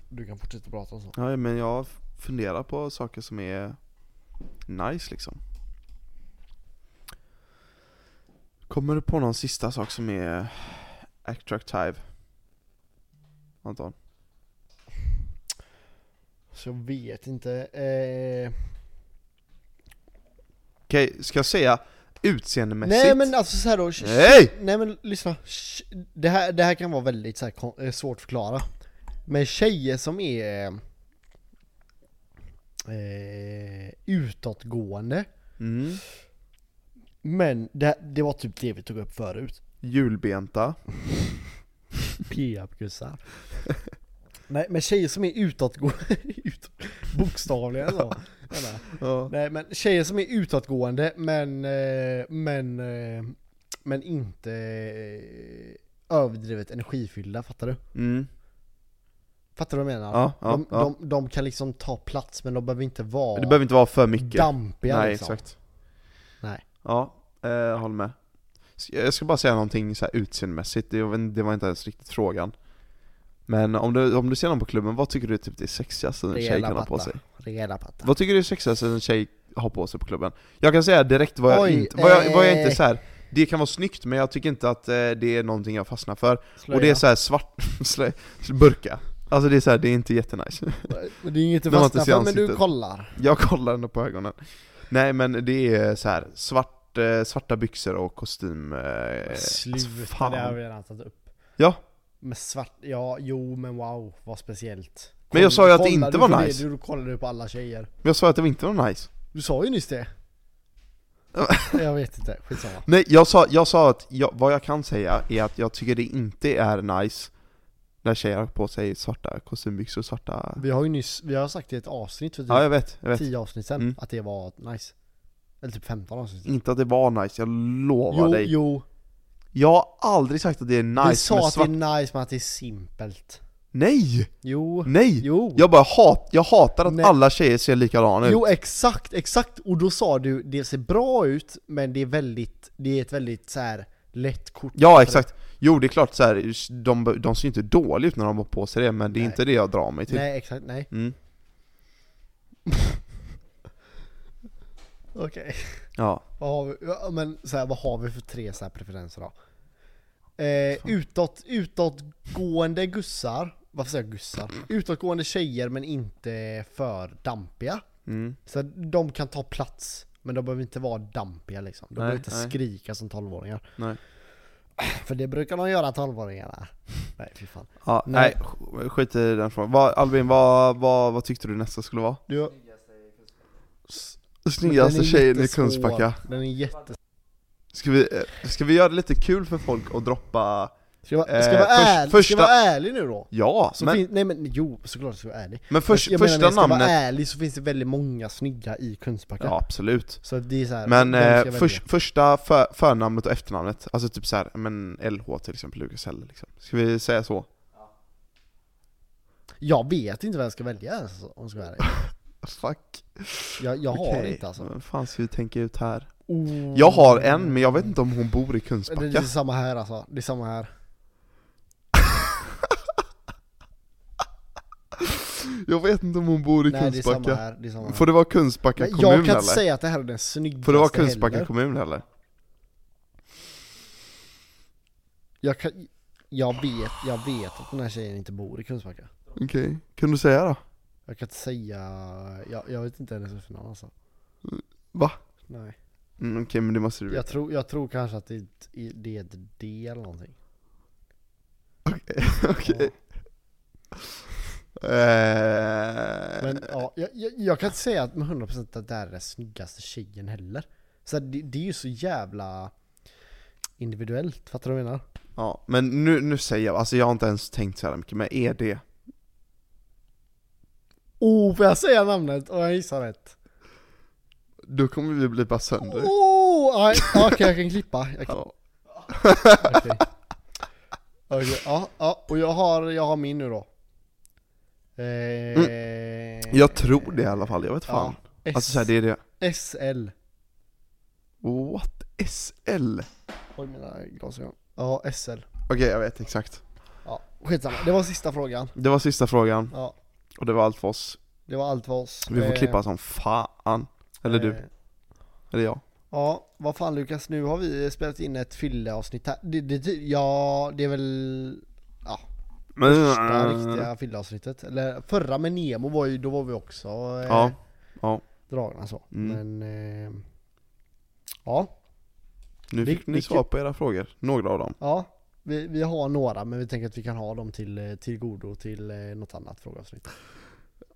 Du kan fortsätta prata om sånt. Ja, men jag funderar på saker som är nice liksom. Kommer du på någon sista sak som är attractive? Anton? Så jag vet inte. Eh... Okej, ska jag säga utseendemässigt? Nej men alltså så här då. tj- Nej! Nej men lyssna, Sh- det här, det här kan vara väldigt så här, kon- eh, svårt att förklara Men tjejer som är eh, utåtgående Mm. Men det, det var typ det vi tog upp förut Julbenta. P-up-gussar Nej men tjejer som är utåtgående, ut, bokstavligen så Jag menar. Ja. Nej men tjejer som är utåtgående men, eh, men, eh, men inte eh, överdrivet energifyllda, fattar du? Mm. Fattar du vad jag menar? Ja, ja, de, ja. De, de kan liksom ta plats men de behöver inte vara Det behöver inte vara för mycket. dampiga Nej, liksom. exakt. Nej. Ja, eh, jag håller med. S- Jag ska bara säga någonting så här utseendemässigt, det var, det var inte ens riktigt frågan. Men om du, om du ser någon på klubben, vad tycker du typ det är sexigaste en tjej Rejäla kan ha på patta. sig? Rejäla patta. Vad tycker du är sexigaste en tjej har på sig på klubben? Jag kan säga direkt vad jag Oj, inte, vad jag, vad jag eh. inte så här. det kan vara snyggt men jag tycker inte att eh, det är någonting jag fastnar för. Slöja. Och det är så här svart, slö, burka. Alltså det är så här, det är inte jättenice. Men det är inget du när man inte fastnar ser för men du ansiktet. kollar. Jag kollar ändå på ögonen. Nej men det är så här svart, eh, svarta byxor och kostym. Eh, alltså, fan. vi redan tagit upp. Ja. Med svart, ja jo men wow vad speciellt. Men jag sa ju att det Kollar inte du var på det, nice. Du kollade du på alla tjejer. Men jag sa att det var inte var nice. Du sa ju nyss det. jag vet inte, skitsamma. Nej jag sa, jag sa att jag, vad jag kan säga är att jag tycker det inte är nice när tjejer har på sig svarta kostymbyxor och svarta... Vi har ju nyss, vi har sagt det i ett avsnitt för typ Ja jag vet, jag vet. 10 avsnitt sen, Mm. att det var nice. Eller typ 15 avsnitt sen. Inte att det var nice, jag lovar Jo, dig. jo, Jag har aldrig sagt att det är nice vi sa med att svart... det är nice men att det är simpelt. Nej! Jo, Nej! jo, Jag bara hat, jag hatar att Nej. alla tjejer ser likadana ut. jo exakt, exakt. Och då sa du det ser bra ut men det är väldigt, det är ett väldigt så här lätt kort. Ja exakt, jo det är klart så här, de, de ser ju inte dåliga ut när de har på sig det men det är Nej. inte det jag drar mig till. Nej exakt, nej. Mm. Okej. Ja. Vad har vi, ja, men så här, vad har vi för tre så här preferenser då? Eh, utåt, utåtgående gussar, varför säger jag gussar? Utåtgående tjejer men inte för dampiga. Mm. Så de kan ta plats, men de behöver inte vara dampiga liksom. De Nej, behöver inte nej. skrika som tolvåringar. Nej. För det brukar de göra tolvåringarna. Nej fy fan. Ja, nej. Nej. sk- skit i den frågan. Vad, Albin, vad, vad, vad tyckte du nästa skulle vara? Du, Snyggaste den är tjejen i jättesvår. Kungsbacka. Den är jättes... Ska vi, eh, ska vi göra det lite kul för folk och droppa... Ska jag vara, Eh, ska jag vara, först- ärlig, första- ska jag vara ärlig nu då? Ja, Så men, fin- nej men jo, såklart ska jag vara ärlig. men först, jag första menar, när jag namnet... ska vara ärlig så finns det väldigt många snygga i Kungsbacka. Ja, absolut. Så att det är så här, Men vem ska jag eh, välja? förs- första för, förnamnet och efternamnet, alltså typ så här, men LH till exempel, Lukas Hell liksom. Ska vi säga så? Jag vet inte vad jag ska välja alltså, om jag ska vara ärlig. Fuck. Jag, jag har Okej, inte alltså. Vad fan ska vi tänka ut här? Oh. Jag har en, men jag vet inte om hon bor i Det, det är Kungsbacka. samma här alltså, det är samma här. Jag vet inte om hon bor i Nej det är samma Kungsbacka. här, det är samma här. Får det vara Kungsbacka Men jag kommun kan inte eller? säga att det här är den snyggaste Får det vara Kungsbacka heller. kommun eller? Jag, kan, jag, vet, jag vet att den här tjejen inte bor i Kungsbacka. Okej, kan du säga då? Jag kan inte säga, jag, jag vet inte hennes efternamn alltså. Mm, Va? Nej. Mm, Okej, men det måste du veta. Jag tror, jag tror kanske att det, det är ett D eller någonting. Okej. Ja. Eh, Men ja, jag, jag, jag kan inte säga att med 100% att det här är den snyggaste tjejen heller. Så här, det, det är ju så jävla individuellt, fattar du vad jag menar? ja, men nu, nu säger jag, alltså jag har inte ens tänkt så här mycket, men är det? Oh, får jag säga namnet? Och jag gissar rätt. Då kommer vi bli bara sönder. Oh, nej, ja, okej jag kan klippa. Jag kan, Ja. okej. Okej, ja, ja, och jag har, jag har min nu då. Eh, Mm. Jag tror det i alla fall, jag vet fan. S, Alltså så här, det är det. SL. What? SL? Oj, mina glasögon. Ja, SL. Okej, jag vet exakt. Ja, skitsamma. Det var sista frågan. Det var sista frågan, Ja, och det var allt för oss. det var allt för oss. Vi får Eh, klippa som fan. Eller du, eh, eller jag. Ja, vad fan Lukas, nu har vi spelat in ett fylleavsnitt här. Det, det, ja, det är väl Men, eh, första Mm. riktiga fylleavsnittet. Eller förra med Nemo var ju, då var vi också eh, Ja, ja. dragna så. Mm. Men eh, ja, nu vi- fick vi- ni svar på era frågor. Några av dem. ja. Vi, vi har några men vi tänker att vi kan ha dem till, eh, till godo till eh, något annat frågeavsnitt.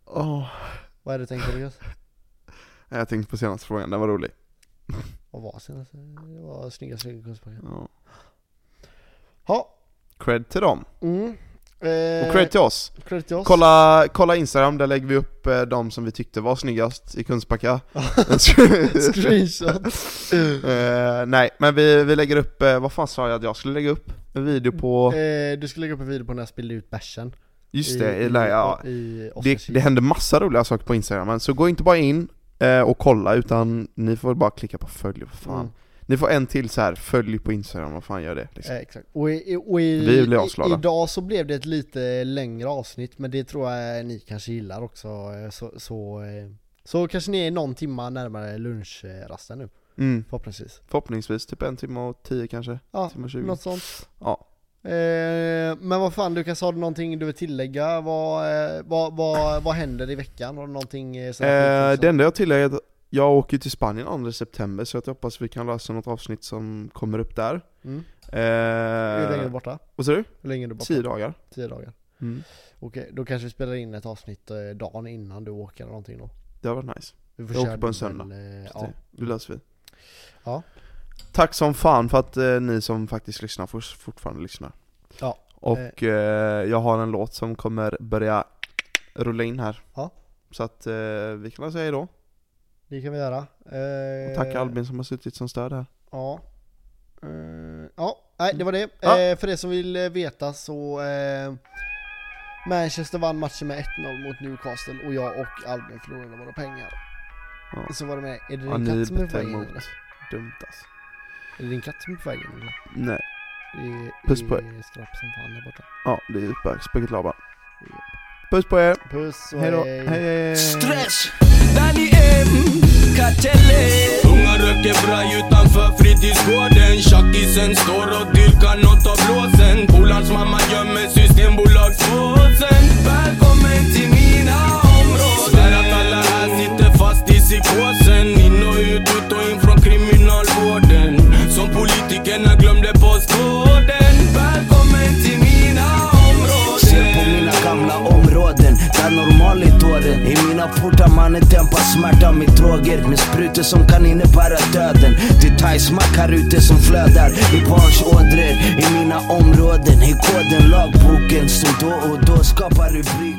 Åh, Vad är det du tänker Lukas? Eh, jag tänkte på senaste frågan, den var rolig. Vad var senaste? Det var snygga Kungsbacka. Ja. Ja. Cred till dem, Mm. och cred till Eh, oss. Credit till oss. Kolla, kolla Instagram, där lägger vi upp eh, de som vi tyckte var snyggast i Kungsbacka. Screenshot. Eh, nej, men vi, vi lägger upp, eh, vad fan sa jag att jag skulle lägga upp? En video på, Eh, du ska lägga upp en video på när jag spillde ut bärsen. just I- det, i- eller, ja, i- i det, Oskarshamn. det händer massa roliga saker på Instagram, men så gå inte bara in eh, och kolla utan ni får bara klicka på följ, vad fan. Mm. Ni får en till så här följ på Instagram, vad fan gör det? Liksom. Eh, exakt. Och, i, och i, Vi blir i- avslöjade. idag så blev det ett lite längre avsnitt, men det tror jag ni kanske gillar också. Eh, Så, så, eh, så kanske ni är någon timma närmare lunchrasten nu, Mm, förhoppningsvis. förhoppningsvis typ en timme och tio kanske, Ja, timme och tjugo. något sånt. Ja. Eh, men vad fan Lukas, har du någonting du vill tillägga? Vad, eh, vad, vad, vad händer i veckan? Har du någonting eh, sådär Eh, skit det också? enda jag tillägger är att jag åker till Spanien 2 september så att jag hoppas vi kan lösa något avsnitt som kommer upp där. Mm. Hur länge är du Eh, borta? vad sa du? Hur länge är du borta? Tio dagar. Tio dagar. Mm. Okej, då kanske vi spelar in ett avsnitt eh, dagen innan du åker eller någonting då. Det har varit nice. Vi får Jag köra åker på en dubbel, söndag. eh, Så Ja, Det, det löser vi. Ja. Tack som fan för att eh, ni som faktiskt lyssnar fors- fortfarande lyssnar. Ja. Och eh, jag har en låt som kommer börja rulla in här. Ja. Så att eh, vi kan väl säga hejdå. det kan vi göra. Eh, Och tack Albin som har suttit som stöd här. Ja. Eh, ja, nej det var det. Ja. Eh, för er som vill eh, veta så eh, Manchester vann matchen med 1-0 mot Newcastle och jag och Albin förlorade våra pengar. Ja. Så var det med. Är det Ja, din ni katt som är på beter väg in emot. eller? Dumt alltså. Är det din katt som är på väg in eller? Nej. Det är- Puss på er. det är Skrapp som fan där borta. Ja, det är utbög. Spöket Laban. Puss på er. Puss och Hejdå. hej. hej. Stress! Danny M, Katelle mm, Unga röker braj utanför fritidsgården Tjackisen står och dyrkar något av blåsen Polars mamma gömmer systembolagspåsen Välkommen till mina områden Svär att alla här sitter fast i psykosen In och ut, ut och in från kriminalvården Som politikerna glömde postkoden Välkommen till mina områden Se på mina gamla områden, där normal är dåren I mina portar mannen dämpar smärta med droger Med sprutor som kan innebära döden Det är thaismack här ute som flödar i barns ådror I mina områden, i koden, lagboken som då och då skapar rubriker